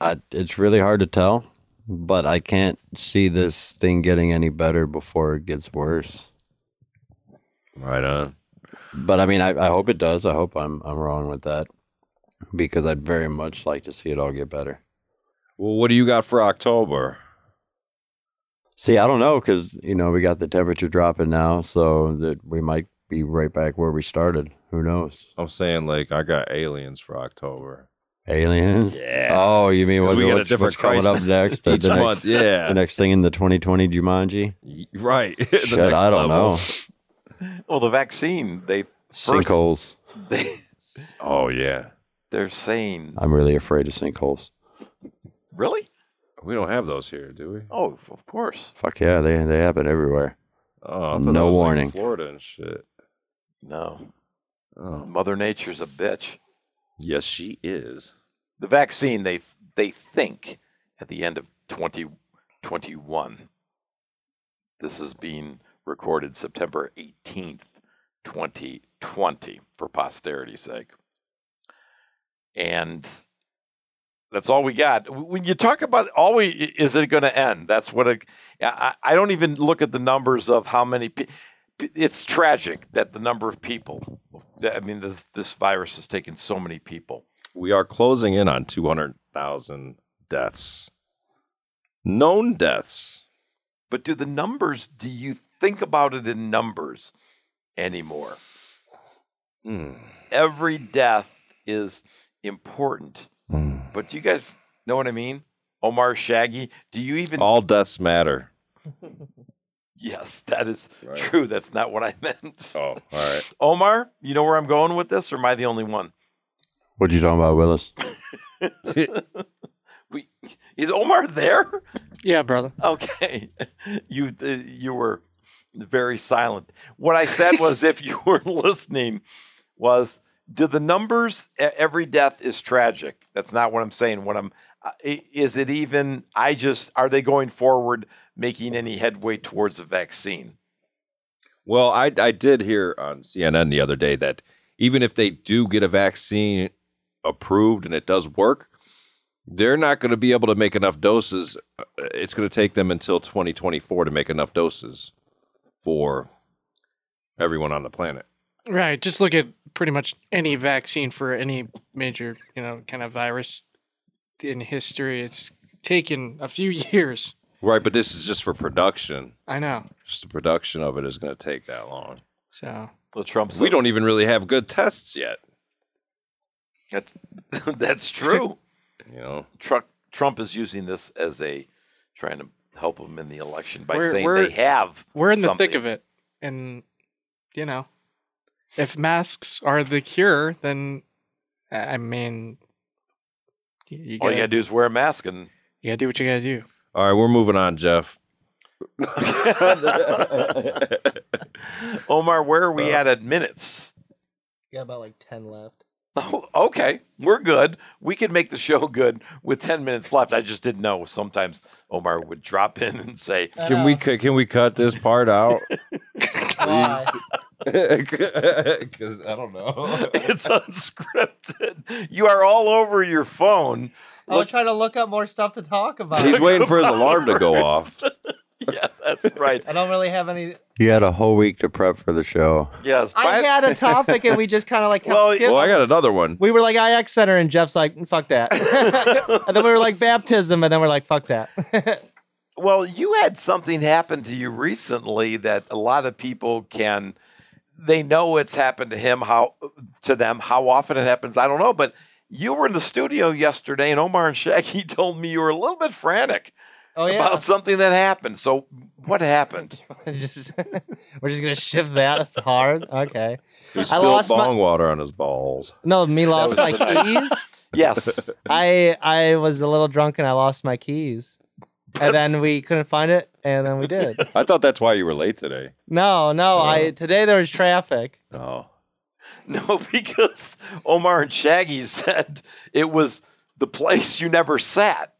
[SPEAKER 6] I, it's really hard to tell. But I can't see this thing getting any better before it gets worse.
[SPEAKER 1] right on.
[SPEAKER 6] But I mean, I, I hope it does. I hope I'm I'm wrong with that because I'd very much like to see it all get better.
[SPEAKER 1] Well, what do you got for October?
[SPEAKER 6] See, I don't know because you know we got the temperature dropping now, so that we might be right back where we started. Who knows?
[SPEAKER 1] I'm saying like I got aliens for October.
[SPEAKER 6] Aliens.
[SPEAKER 1] Yeah.
[SPEAKER 6] Oh, you mean
[SPEAKER 1] 'Cause
[SPEAKER 6] what,
[SPEAKER 1] we got a
[SPEAKER 6] what's,
[SPEAKER 1] different
[SPEAKER 6] what's coming up
[SPEAKER 1] crisis
[SPEAKER 6] next? The,
[SPEAKER 1] Each
[SPEAKER 6] the next,
[SPEAKER 1] month, yeah.
[SPEAKER 6] the next thing in the 2020 Jumanji.
[SPEAKER 1] Y- Right. The
[SPEAKER 6] Shit,
[SPEAKER 1] next
[SPEAKER 6] I don't
[SPEAKER 1] level.
[SPEAKER 6] know.
[SPEAKER 2] Well, the vaccine, they First-
[SPEAKER 6] Sinkholes.
[SPEAKER 2] they
[SPEAKER 1] Oh yeah.
[SPEAKER 2] they're saying
[SPEAKER 6] I'm really afraid of sinkholes.
[SPEAKER 2] really?
[SPEAKER 1] We don't have those here, do we?
[SPEAKER 2] Oh, of course.
[SPEAKER 6] Fuck yeah, they they happen everywhere.
[SPEAKER 1] Oh, I thought that
[SPEAKER 6] No
[SPEAKER 1] was, like,
[SPEAKER 6] warning.
[SPEAKER 1] Florida and shit.
[SPEAKER 2] No,
[SPEAKER 1] Oh.
[SPEAKER 2] Mother Nature's a bitch.
[SPEAKER 1] Yes, she is.
[SPEAKER 2] The vaccine, they they think at the end of 2021. This is being recorded September 18th, 2020, for posterity's sake. And that's all we got. W- When you talk about all we, is it going to end? That's what it, I, I I don't even look at the numbers of how many people. It's tragic that the number of people, I mean, this, this virus has taken so many people.
[SPEAKER 1] We are closing in on 200,000 deaths. Known deaths.
[SPEAKER 2] But do the numbers, do you think about it in numbers anymore? Every death is important. But do you guys know what I mean? Omar Shaggy, do you even?
[SPEAKER 1] All deaths matter.
[SPEAKER 2] Yes, that is
[SPEAKER 1] Right.
[SPEAKER 2] true. That's not what I meant.
[SPEAKER 1] Oh, all right.
[SPEAKER 2] Omar, you know where I'm going with this, or am I the only one?
[SPEAKER 6] What you talking about, Willis?
[SPEAKER 2] We, is Omar there?
[SPEAKER 5] Yeah, brother.
[SPEAKER 2] Okay, you uh, you were very silent. What I said was, if you were listening, was do the numbers? e- Every death is tragic. That's not what I'm saying. What I'm uh, i- is it even? I just are they going forward, making any headway towards a vaccine?
[SPEAKER 1] Well, I, I did hear on CNN the other day that even if they do get a vaccine approved and it does work, they're not going to be able to make enough doses. Uh, It's going to take them until 2024 to make enough doses for everyone on the planet.
[SPEAKER 5] Right. Just look at pretty much any vaccine for any major, you know, kind of virus in history. It's taken a few years.
[SPEAKER 1] Right, but this is just for production.
[SPEAKER 5] I know.
[SPEAKER 1] Just the production of it is going to take that long.
[SPEAKER 5] So
[SPEAKER 2] Well, Trump.
[SPEAKER 1] We
[SPEAKER 2] says-
[SPEAKER 1] don't even really have good tests yet.
[SPEAKER 2] That's, that's true.
[SPEAKER 1] You know,
[SPEAKER 2] Trump Trump is using this as a trying to help him in the election by
[SPEAKER 5] We're-
[SPEAKER 2] saying
[SPEAKER 5] we're-
[SPEAKER 2] they have.
[SPEAKER 5] we're in the thick
[SPEAKER 2] something.
[SPEAKER 5] of it. And, you know, if masks are the cure, then, I I mean, you, you,
[SPEAKER 2] All
[SPEAKER 5] gotta,
[SPEAKER 2] you gotta do is wear a mask and
[SPEAKER 5] you gotta do what you gotta do.
[SPEAKER 1] all right, we're moving on, Jeff.
[SPEAKER 2] Omar, where are we at at minutes?
[SPEAKER 4] got about like 10 left.
[SPEAKER 2] Oh, okay, we're good. We could make the show good with 10 minutes left. I just didn't know. Sometimes Omar would drop in and say,
[SPEAKER 1] Can we cu- can we cut this part out? Because I don't know.
[SPEAKER 2] It's unscripted. You are all over your phone.
[SPEAKER 4] I was trying to look up more stuff to talk about.
[SPEAKER 1] He's waiting for his alarm to go off.
[SPEAKER 2] Yeah, that's right.
[SPEAKER 4] I don't really have any.
[SPEAKER 6] You had a whole week to prep for the show.
[SPEAKER 2] Yes.
[SPEAKER 4] I
[SPEAKER 2] By-
[SPEAKER 4] had a topic and we just kind of like kept
[SPEAKER 2] Well,
[SPEAKER 4] skipping.
[SPEAKER 1] Well, Oh, I got another one.
[SPEAKER 4] we were like IX Center and Jeff's like, "Mm, fuck that. and then we were like baptism and then we're like, fuck that.
[SPEAKER 2] Well, you had something happen to you recently that a lot of people can they know it's happened to him how to them how often it happens I don't know, but you were in the studio yesterday and Omar and Shaggy told me you were a little bit frantic
[SPEAKER 4] oh, yeah.
[SPEAKER 2] about something that happened. So what happened?
[SPEAKER 4] just, we're just going to shift that hard. Okay.
[SPEAKER 1] He
[SPEAKER 4] lost
[SPEAKER 1] spilled
[SPEAKER 4] my-
[SPEAKER 1] bong water on his balls.
[SPEAKER 4] No, me lost my
[SPEAKER 2] was
[SPEAKER 4] keys.
[SPEAKER 2] Yes.
[SPEAKER 4] I I was a little drunk and I lost my keys. And then we couldn't find it and then we did.
[SPEAKER 1] I thought that's why you were late today.
[SPEAKER 4] No, no, I today there was traffic.
[SPEAKER 1] Oh.
[SPEAKER 2] No, because Omar and Shaggy said it was the place you never sat.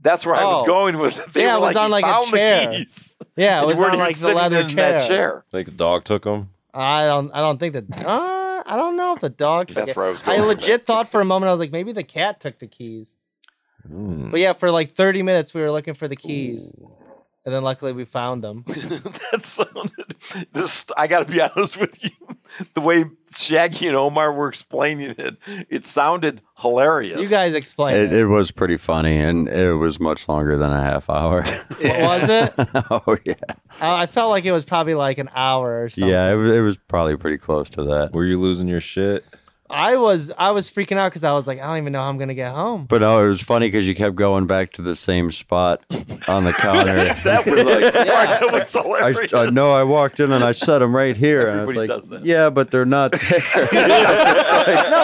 [SPEAKER 2] That's where I was
[SPEAKER 4] Oh.
[SPEAKER 2] going with it. They were
[SPEAKER 4] Yeah, it was
[SPEAKER 2] "You
[SPEAKER 4] on, like, a
[SPEAKER 2] found the
[SPEAKER 4] chair.
[SPEAKER 2] keys." And
[SPEAKER 4] Yeah, it
[SPEAKER 2] you
[SPEAKER 4] was
[SPEAKER 2] weren't
[SPEAKER 4] on
[SPEAKER 2] even
[SPEAKER 4] like the
[SPEAKER 2] sitting
[SPEAKER 4] leather
[SPEAKER 2] in that chair.
[SPEAKER 1] Like the dog took him.
[SPEAKER 4] I don't. I don't think the. Uh, I don't know if the dog. Took
[SPEAKER 2] That's
[SPEAKER 4] it.
[SPEAKER 2] where I was going
[SPEAKER 4] I
[SPEAKER 2] with
[SPEAKER 4] legit thought for a moment I was like maybe the cat took the keys.
[SPEAKER 2] Hmm.
[SPEAKER 4] But yeah, for like thirty minutes we were looking for the keys, and then luckily we found them.
[SPEAKER 2] that sounded this i gotta be honest with you the way shaggy and omar were explaining it it sounded hilarious
[SPEAKER 4] You guys explain.
[SPEAKER 6] It,
[SPEAKER 4] It,
[SPEAKER 6] it was pretty funny, and it was much longer than a half hour.
[SPEAKER 4] What was it? Uh,
[SPEAKER 6] oh yeah,
[SPEAKER 4] I I felt like it was probably like an hour or something.
[SPEAKER 6] yeah. It, was- it was probably pretty close to that.
[SPEAKER 1] Were you losing your shit?
[SPEAKER 4] I was. I was freaking out because I was like, I don't even know how I'm gonna get home.
[SPEAKER 6] But no, it was funny because you kept going back to the same spot on the counter.
[SPEAKER 2] that was like that was
[SPEAKER 6] I,
[SPEAKER 2] hilarious
[SPEAKER 6] I know I walked in and I set them right here, and I was
[SPEAKER 2] Everybody
[SPEAKER 6] like,
[SPEAKER 2] does that.
[SPEAKER 6] "Yeah, but they're not there.
[SPEAKER 4] No,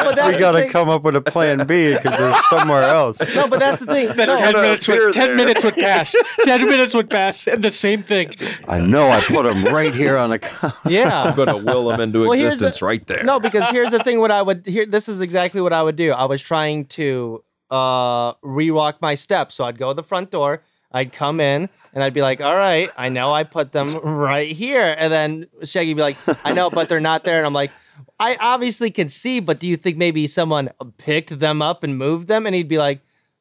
[SPEAKER 4] but that's
[SPEAKER 6] we
[SPEAKER 4] the
[SPEAKER 6] got to
[SPEAKER 4] thing-
[SPEAKER 6] come up with a plan B because they're somewhere else."
[SPEAKER 4] No, but that's the thing.
[SPEAKER 5] Then
[SPEAKER 4] No,
[SPEAKER 5] ten
[SPEAKER 1] no,
[SPEAKER 5] minutes
[SPEAKER 1] you're
[SPEAKER 5] would ten
[SPEAKER 1] there.
[SPEAKER 5] minutes would pass. ten minutes would pass, and the same thing.
[SPEAKER 6] I know I put them right here on the counter.
[SPEAKER 4] yeah.
[SPEAKER 1] Gonna will him into
[SPEAKER 4] Well, here's
[SPEAKER 1] existence
[SPEAKER 4] the-
[SPEAKER 1] right there.
[SPEAKER 4] No, because here's the thing. What I would here, this is exactly what I would do. I was trying to uh rewalk my steps, so I'd go to the front door. I'd come in and I'd be like, "All right, I know I put them right here," and then Shaggy'd be like, "I know, but they're not there," and I'm like. I obviously can see, but do you think maybe someone picked them up and moved them? And he'd be like,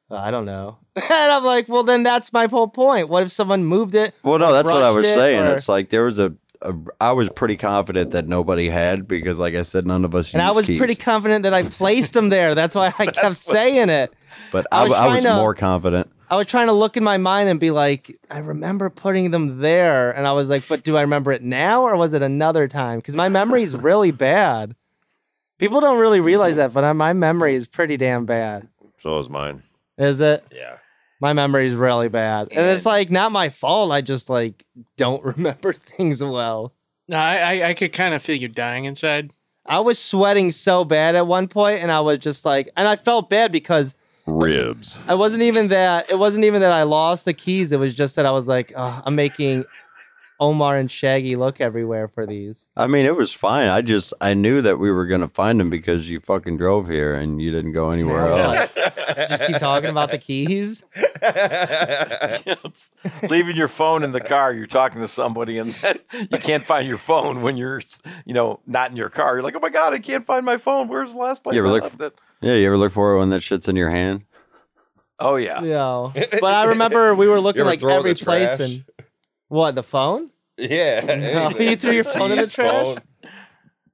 [SPEAKER 4] I don't know. And I'm like, well, then that's my whole point. What if someone moved it?
[SPEAKER 6] Well, no, that's what I
[SPEAKER 4] brushed
[SPEAKER 6] was
[SPEAKER 4] it,
[SPEAKER 6] saying.
[SPEAKER 4] or-
[SPEAKER 6] It's like there was a, a. I was pretty confident that nobody had because, like I said, none of us.
[SPEAKER 4] And I
[SPEAKER 6] use
[SPEAKER 4] was
[SPEAKER 6] keys.
[SPEAKER 4] pretty confident that I placed them there. That's why I kept saying it.
[SPEAKER 6] but
[SPEAKER 4] I
[SPEAKER 6] I,
[SPEAKER 4] was
[SPEAKER 6] I was
[SPEAKER 4] trying to-
[SPEAKER 6] more confident.
[SPEAKER 4] I was trying to look in my mind and be like, I remember putting them there. And I was like, but do I remember it now or was it another time? Because my memory is really bad. People don't really realize that, but I- my memory is pretty damn bad.
[SPEAKER 1] So is mine.
[SPEAKER 4] Is it?
[SPEAKER 1] Yeah.
[SPEAKER 4] My memory is really bad. And it's like, not my fault. I just like don't remember things well.
[SPEAKER 5] No, I, I, I could kind of feel you dying inside.
[SPEAKER 4] I was sweating so bad at one point and I was just like, and I felt bad because
[SPEAKER 1] Ribs.
[SPEAKER 4] I wasn't even that. It wasn't even that I lost the keys. It was just that I was like, "Ugh, I'm making Omar and Shaggy look everywhere for these.
[SPEAKER 6] I mean, it was fine. I just I knew that we were gonna find him because you fucking drove here and you didn't go anywhere else.
[SPEAKER 4] Just keep talking about the keys.
[SPEAKER 2] It's leaving your phone in the car you're talking to somebody and then you can't find your phone when you're you know not in your car you're like oh my god i can't find my phone where's the last place
[SPEAKER 6] You ever
[SPEAKER 2] I
[SPEAKER 6] look-
[SPEAKER 2] left it?
[SPEAKER 6] Yeah, you ever look for it when that shit's in your hand?
[SPEAKER 2] oh yeah
[SPEAKER 4] No, but I remember we were looking
[SPEAKER 1] ever
[SPEAKER 4] like
[SPEAKER 1] throw
[SPEAKER 4] every
[SPEAKER 1] the
[SPEAKER 4] place
[SPEAKER 1] trash?
[SPEAKER 4] and what the phone?
[SPEAKER 1] Yeah.
[SPEAKER 4] you threw your phone in the
[SPEAKER 1] Keys,
[SPEAKER 4] trash?
[SPEAKER 1] phone.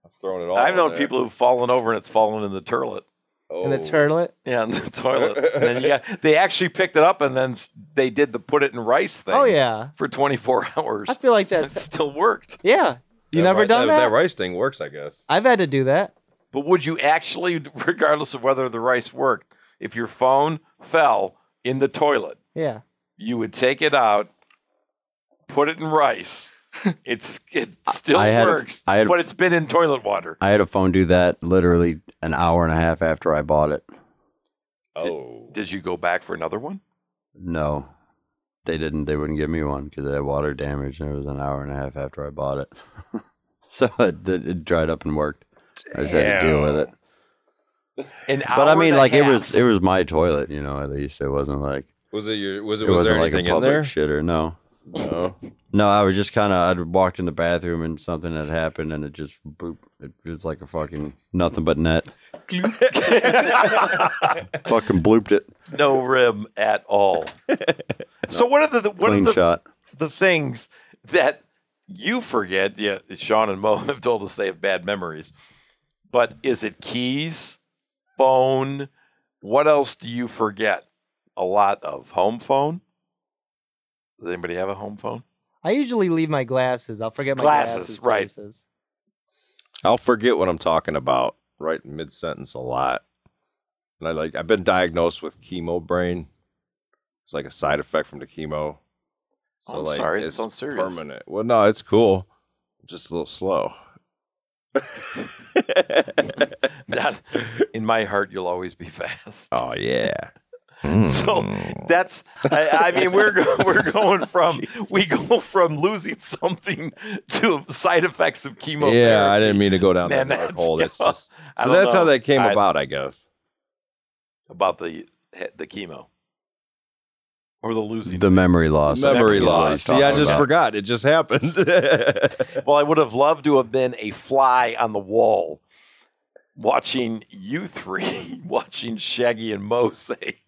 [SPEAKER 1] I've thrown it all.
[SPEAKER 2] i've
[SPEAKER 1] in
[SPEAKER 2] known
[SPEAKER 1] there. Oh.
[SPEAKER 2] people who've fallen over and it's fallen in the toilet
[SPEAKER 4] And the turtlet.
[SPEAKER 2] Yeah, in the toilet. and then you got, they actually picked it up and then s- they did the put it in rice thing.
[SPEAKER 4] Oh yeah,
[SPEAKER 2] For 24 hours.
[SPEAKER 4] I feel like
[SPEAKER 2] it
[SPEAKER 4] that's
[SPEAKER 2] still worked.
[SPEAKER 4] yeah. You
[SPEAKER 1] That
[SPEAKER 4] never
[SPEAKER 1] ri-
[SPEAKER 4] done that?
[SPEAKER 1] That rice thing works, I guess.
[SPEAKER 4] I've had to do that.
[SPEAKER 2] But would you actually, regardless of whether the rice worked, if your phone fell in the toilet,
[SPEAKER 4] Yeah.
[SPEAKER 2] you would take it out, put it in rice. It's it still
[SPEAKER 6] I had a-
[SPEAKER 2] works,
[SPEAKER 6] I had a-
[SPEAKER 2] but it's been in toilet water.
[SPEAKER 6] I had a phone do that literally an hour and a half after I bought it.
[SPEAKER 1] Oh.
[SPEAKER 2] Did you go back for another one?
[SPEAKER 6] No, they didn't. They wouldn't give me one because it had water damage, and it was an hour and a half after I bought it. so it, it dried up and worked. I just had to deal with it.
[SPEAKER 2] An
[SPEAKER 6] But
[SPEAKER 2] hour
[SPEAKER 6] I
[SPEAKER 2] and
[SPEAKER 6] mean,
[SPEAKER 2] a
[SPEAKER 6] like it
[SPEAKER 2] half.
[SPEAKER 6] was it was my toilet, you know. At least it wasn't like
[SPEAKER 1] Was it your? Was it?
[SPEAKER 6] it,
[SPEAKER 1] was there
[SPEAKER 6] wasn't like a
[SPEAKER 1] anything in
[SPEAKER 6] public
[SPEAKER 1] there?
[SPEAKER 6] shitter. No,
[SPEAKER 1] No.
[SPEAKER 6] no. I was just kind of I walked in the bathroom and something had happened, and it just boop. It was like a fucking nothing but net. fucking blooped it.
[SPEAKER 2] no rim at all. so what are the what
[SPEAKER 6] Clean
[SPEAKER 2] are the,
[SPEAKER 6] shot.
[SPEAKER 2] the things that you forget? Yeah, Sean and Mo have told us they have bad memories, but is it keys, phone? What else do you forget? A lot of home phone. Does anybody have a home phone?
[SPEAKER 4] I usually leave my glasses. I'll forget my
[SPEAKER 2] Glasses,
[SPEAKER 4] glasses.
[SPEAKER 2] right.
[SPEAKER 4] places.
[SPEAKER 1] I'll forget what I'm talking about right in mid sentence a lot. And I like I've been diagnosed with chemo brain. It's like a side effect from the chemo.
[SPEAKER 2] Oh, I'm sorry, that sounds serious.
[SPEAKER 1] Permanent. Well, no, it's cool. Just a little slow.
[SPEAKER 2] Not, in my heart, you'll always be fast.
[SPEAKER 1] Oh yeah. Hmm.
[SPEAKER 2] So that's I, I mean we're go, we're going from we go from losing something to side effects of chemo.
[SPEAKER 1] yeah, I didn't mean to go down
[SPEAKER 2] Man,
[SPEAKER 1] that dark
[SPEAKER 2] that's-
[SPEAKER 1] hole. That's just,
[SPEAKER 2] I
[SPEAKER 1] so
[SPEAKER 2] don't
[SPEAKER 1] that's how
[SPEAKER 2] know.
[SPEAKER 1] that came
[SPEAKER 2] I-
[SPEAKER 1] about, I guess.
[SPEAKER 2] about the the chemo or the losing.
[SPEAKER 6] The memory
[SPEAKER 2] Oh,
[SPEAKER 6] loss. I think
[SPEAKER 1] Memory
[SPEAKER 6] is what
[SPEAKER 1] loss.
[SPEAKER 6] he's
[SPEAKER 1] See, I
[SPEAKER 6] talking
[SPEAKER 1] just
[SPEAKER 6] about.
[SPEAKER 1] forgot. It just happened.
[SPEAKER 2] well, I would have loved to have been a fly on the wall watching you three, watching Shaggy and Mo say,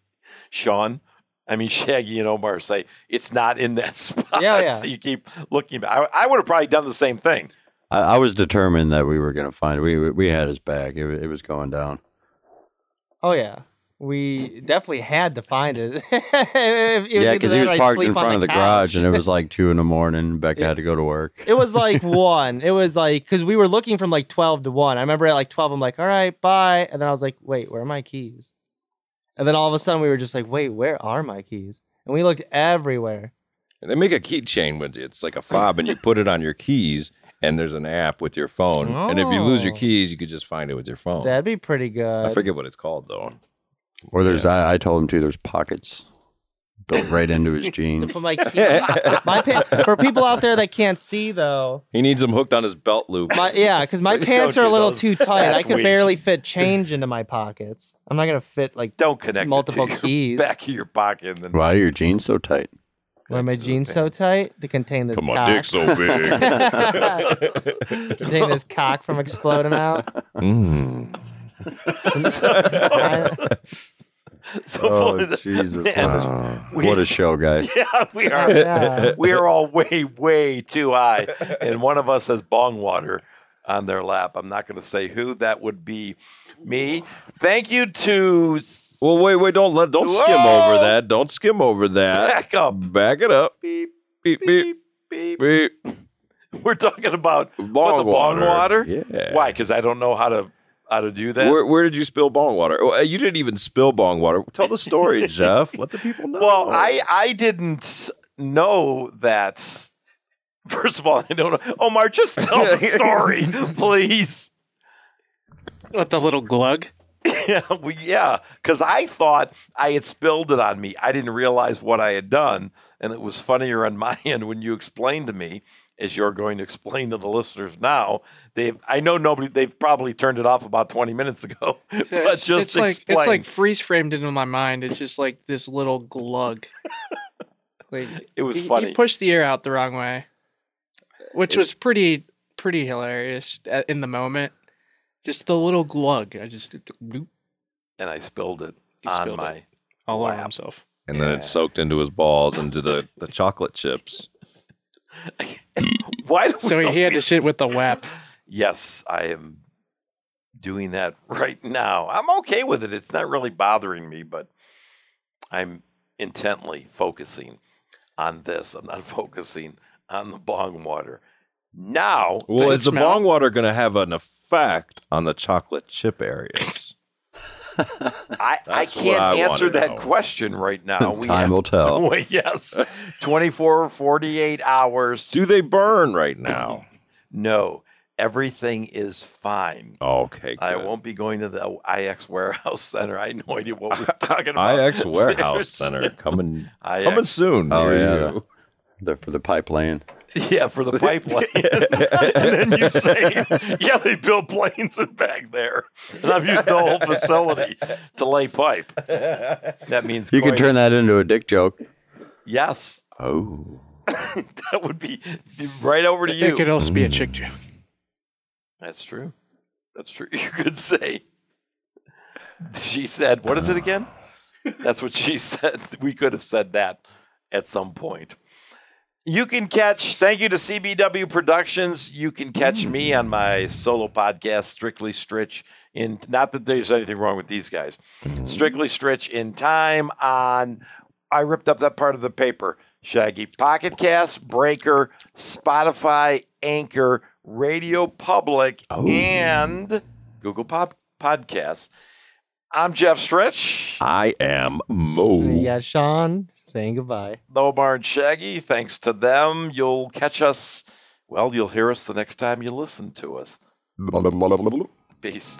[SPEAKER 2] Sean. I mean, Shaggy and Omar say it's not in that spot.
[SPEAKER 4] Yeah, yeah.
[SPEAKER 2] So you keep looking. I, I would have probably done the same thing.
[SPEAKER 6] I, I was determined that we were gonna find. We we had his back. It, wa- it was going down.
[SPEAKER 4] Oh yeah, we definitely had to find it. It
[SPEAKER 6] Yeah,
[SPEAKER 4] either
[SPEAKER 6] because he
[SPEAKER 4] that
[SPEAKER 6] was
[SPEAKER 4] or I
[SPEAKER 6] parked
[SPEAKER 4] sleep
[SPEAKER 6] in
[SPEAKER 4] on
[SPEAKER 6] front of the
[SPEAKER 4] couch.
[SPEAKER 6] garage, and it was like two in the morning. Becca had to go to work.
[SPEAKER 4] It was like one. It was like because we were looking from like twelve to one. I remember at like twelve, I'm like, all right, bye. And then I was like, wait, where are my keys? And then all of a sudden, we were just like, wait, where are my keys? And we looked everywhere.
[SPEAKER 1] They make a keychain with it's like a fob, and you put it on your keys. And there's an app with your phone, and if you lose your
[SPEAKER 4] Oh.
[SPEAKER 1] keys, you could just find it with your phone.
[SPEAKER 4] That'd be pretty
[SPEAKER 1] I
[SPEAKER 2] uh,
[SPEAKER 4] good.
[SPEAKER 1] forget what it's called though.
[SPEAKER 6] Or there's I, I told him to. There's pockets built right into his jeans.
[SPEAKER 4] Put my keys. my pa- for people out there that can't see though.
[SPEAKER 1] He needs them hooked on his belt loop.
[SPEAKER 4] My, yeah, because my pants are a
[SPEAKER 2] do
[SPEAKER 4] little
[SPEAKER 2] those.
[SPEAKER 4] too tight. I
[SPEAKER 2] That's
[SPEAKER 4] could
[SPEAKER 2] weak.
[SPEAKER 4] barely fit change into my pockets. I'm not gonna fit like
[SPEAKER 2] Don't connect
[SPEAKER 4] Multiple
[SPEAKER 2] it to your
[SPEAKER 4] keys.
[SPEAKER 2] back of your pocket. And then
[SPEAKER 6] Why are your jeans so tight?
[SPEAKER 4] why are my jeans so tight to contain this.
[SPEAKER 1] Come
[SPEAKER 4] cock.
[SPEAKER 1] on, dick's so big.
[SPEAKER 4] contain this cock from exploding out.
[SPEAKER 1] Mm.
[SPEAKER 4] I-
[SPEAKER 2] so
[SPEAKER 6] Oh
[SPEAKER 2] full of-
[SPEAKER 6] Jesus! What
[SPEAKER 2] Man,
[SPEAKER 6] a,
[SPEAKER 2] we-
[SPEAKER 6] what a show, guys!
[SPEAKER 2] yeah, we are.
[SPEAKER 4] yeah.
[SPEAKER 2] we are all way, way too high. And one of us has bong water on their lap. I'm not going to say who. That would be me. Thank you to
[SPEAKER 1] Well, wait, wait, don't let, don't skim
[SPEAKER 2] Whoa!
[SPEAKER 1] over that. Don't skim over that.
[SPEAKER 2] back up.
[SPEAKER 1] Back it up.
[SPEAKER 2] Beep,
[SPEAKER 1] Beep beep
[SPEAKER 2] beep, beep.
[SPEAKER 1] beep.
[SPEAKER 2] We're talking about
[SPEAKER 1] Bong
[SPEAKER 2] what, the bong water.
[SPEAKER 1] Yeah.
[SPEAKER 2] Why? Because I don't know how to how to do that.
[SPEAKER 1] Where, where did you spill bong water? Oh, uh, you didn't even spill bong water. Tell the story, Jeff. Let the people know.
[SPEAKER 2] Well, I I didn't know that. First of all, I don't know. Omar, just tell the story, please.
[SPEAKER 5] What the little glug?
[SPEAKER 2] Yeah, well, yeah, because I thought I had spilled it on me. I didn't realize what I had done, and it was funnier on my end when you explained to me, as you're going to explain to the listeners now. They, I know nobody. They've probably turned it off about 20 minutes ago. but
[SPEAKER 5] Yeah,
[SPEAKER 2] just explain.
[SPEAKER 5] like it's like freeze framed into my mind. It's just like this little glug. like
[SPEAKER 2] it was
[SPEAKER 5] he, he
[SPEAKER 2] funny.
[SPEAKER 5] pushed the air out the wrong way, which was pretty pretty hilarious a- in the moment. Just the little glug. I just bloop,
[SPEAKER 2] and I spilled it
[SPEAKER 5] He
[SPEAKER 2] on
[SPEAKER 5] spilled
[SPEAKER 2] my.
[SPEAKER 5] it. all on
[SPEAKER 2] Wow.
[SPEAKER 5] himself.
[SPEAKER 1] and then
[SPEAKER 2] yeah.
[SPEAKER 1] it soaked into his balls, into the, the chocolate chips.
[SPEAKER 2] Why do we
[SPEAKER 5] So he had to
[SPEAKER 2] always-
[SPEAKER 5] sit with the WAP.
[SPEAKER 2] Yes, I am doing that right now. I'm okay with it. It's not really bothering me, but I'm intently focusing on this. I'm not focusing on the bong water. Now,
[SPEAKER 1] Well,
[SPEAKER 5] Does
[SPEAKER 1] is
[SPEAKER 5] it
[SPEAKER 1] the
[SPEAKER 5] smell?
[SPEAKER 1] bong water going to have an effect on the chocolate chip areas?
[SPEAKER 2] I, I
[SPEAKER 1] That's what
[SPEAKER 2] can't
[SPEAKER 1] I
[SPEAKER 2] answer
[SPEAKER 1] wanna
[SPEAKER 2] that
[SPEAKER 1] know.
[SPEAKER 2] question right now. We
[SPEAKER 6] Time
[SPEAKER 2] have-
[SPEAKER 6] will tell.
[SPEAKER 2] Wait, yes. 24, 48 hours.
[SPEAKER 1] Do they burn right now?
[SPEAKER 2] No, everything is fine.
[SPEAKER 1] Okay.
[SPEAKER 2] I
[SPEAKER 1] good.
[SPEAKER 2] won't be going to the IX Warehouse Center. I had no idea what we're talking about.
[SPEAKER 1] IX Warehouse
[SPEAKER 2] There's-
[SPEAKER 1] Center coming
[SPEAKER 2] IX.
[SPEAKER 1] coming soon.
[SPEAKER 6] Oh,
[SPEAKER 1] near
[SPEAKER 6] yeah.
[SPEAKER 1] you.
[SPEAKER 6] The, for the pipeline.
[SPEAKER 2] Yeah, for the pipeline. and then you say, yeah, they build planes and back there. And I've used the whole facility to lay pipe. That means
[SPEAKER 6] You could
[SPEAKER 2] quite-
[SPEAKER 6] turn that into a dick joke.
[SPEAKER 2] Yes,
[SPEAKER 1] Oh.
[SPEAKER 2] that would be right over to
[SPEAKER 5] It could
[SPEAKER 2] you.
[SPEAKER 5] also be a chick joke.
[SPEAKER 2] That's true. That's true. You could say, she said, what is it again? That's what she said. We could have said that at some point. You can catch, thank you to CBW Productions. You can catch me on my solo podcast, Strictly Stritch. In not that there's anything wrong with these guys, Strictly Stritch in time on. I ripped up that part of the paper. Shaggy Pocket Cast, Breaker, Spotify, Anchor, Radio Public, and Google Pop Podcasts. I'm Jeff Stritch.
[SPEAKER 1] I am Mo.
[SPEAKER 4] We got Sean saying goodbye.
[SPEAKER 2] Lobar and Shaggy, thanks to them, you'll catch us. Well, you'll hear us the next time you listen to us. Peace.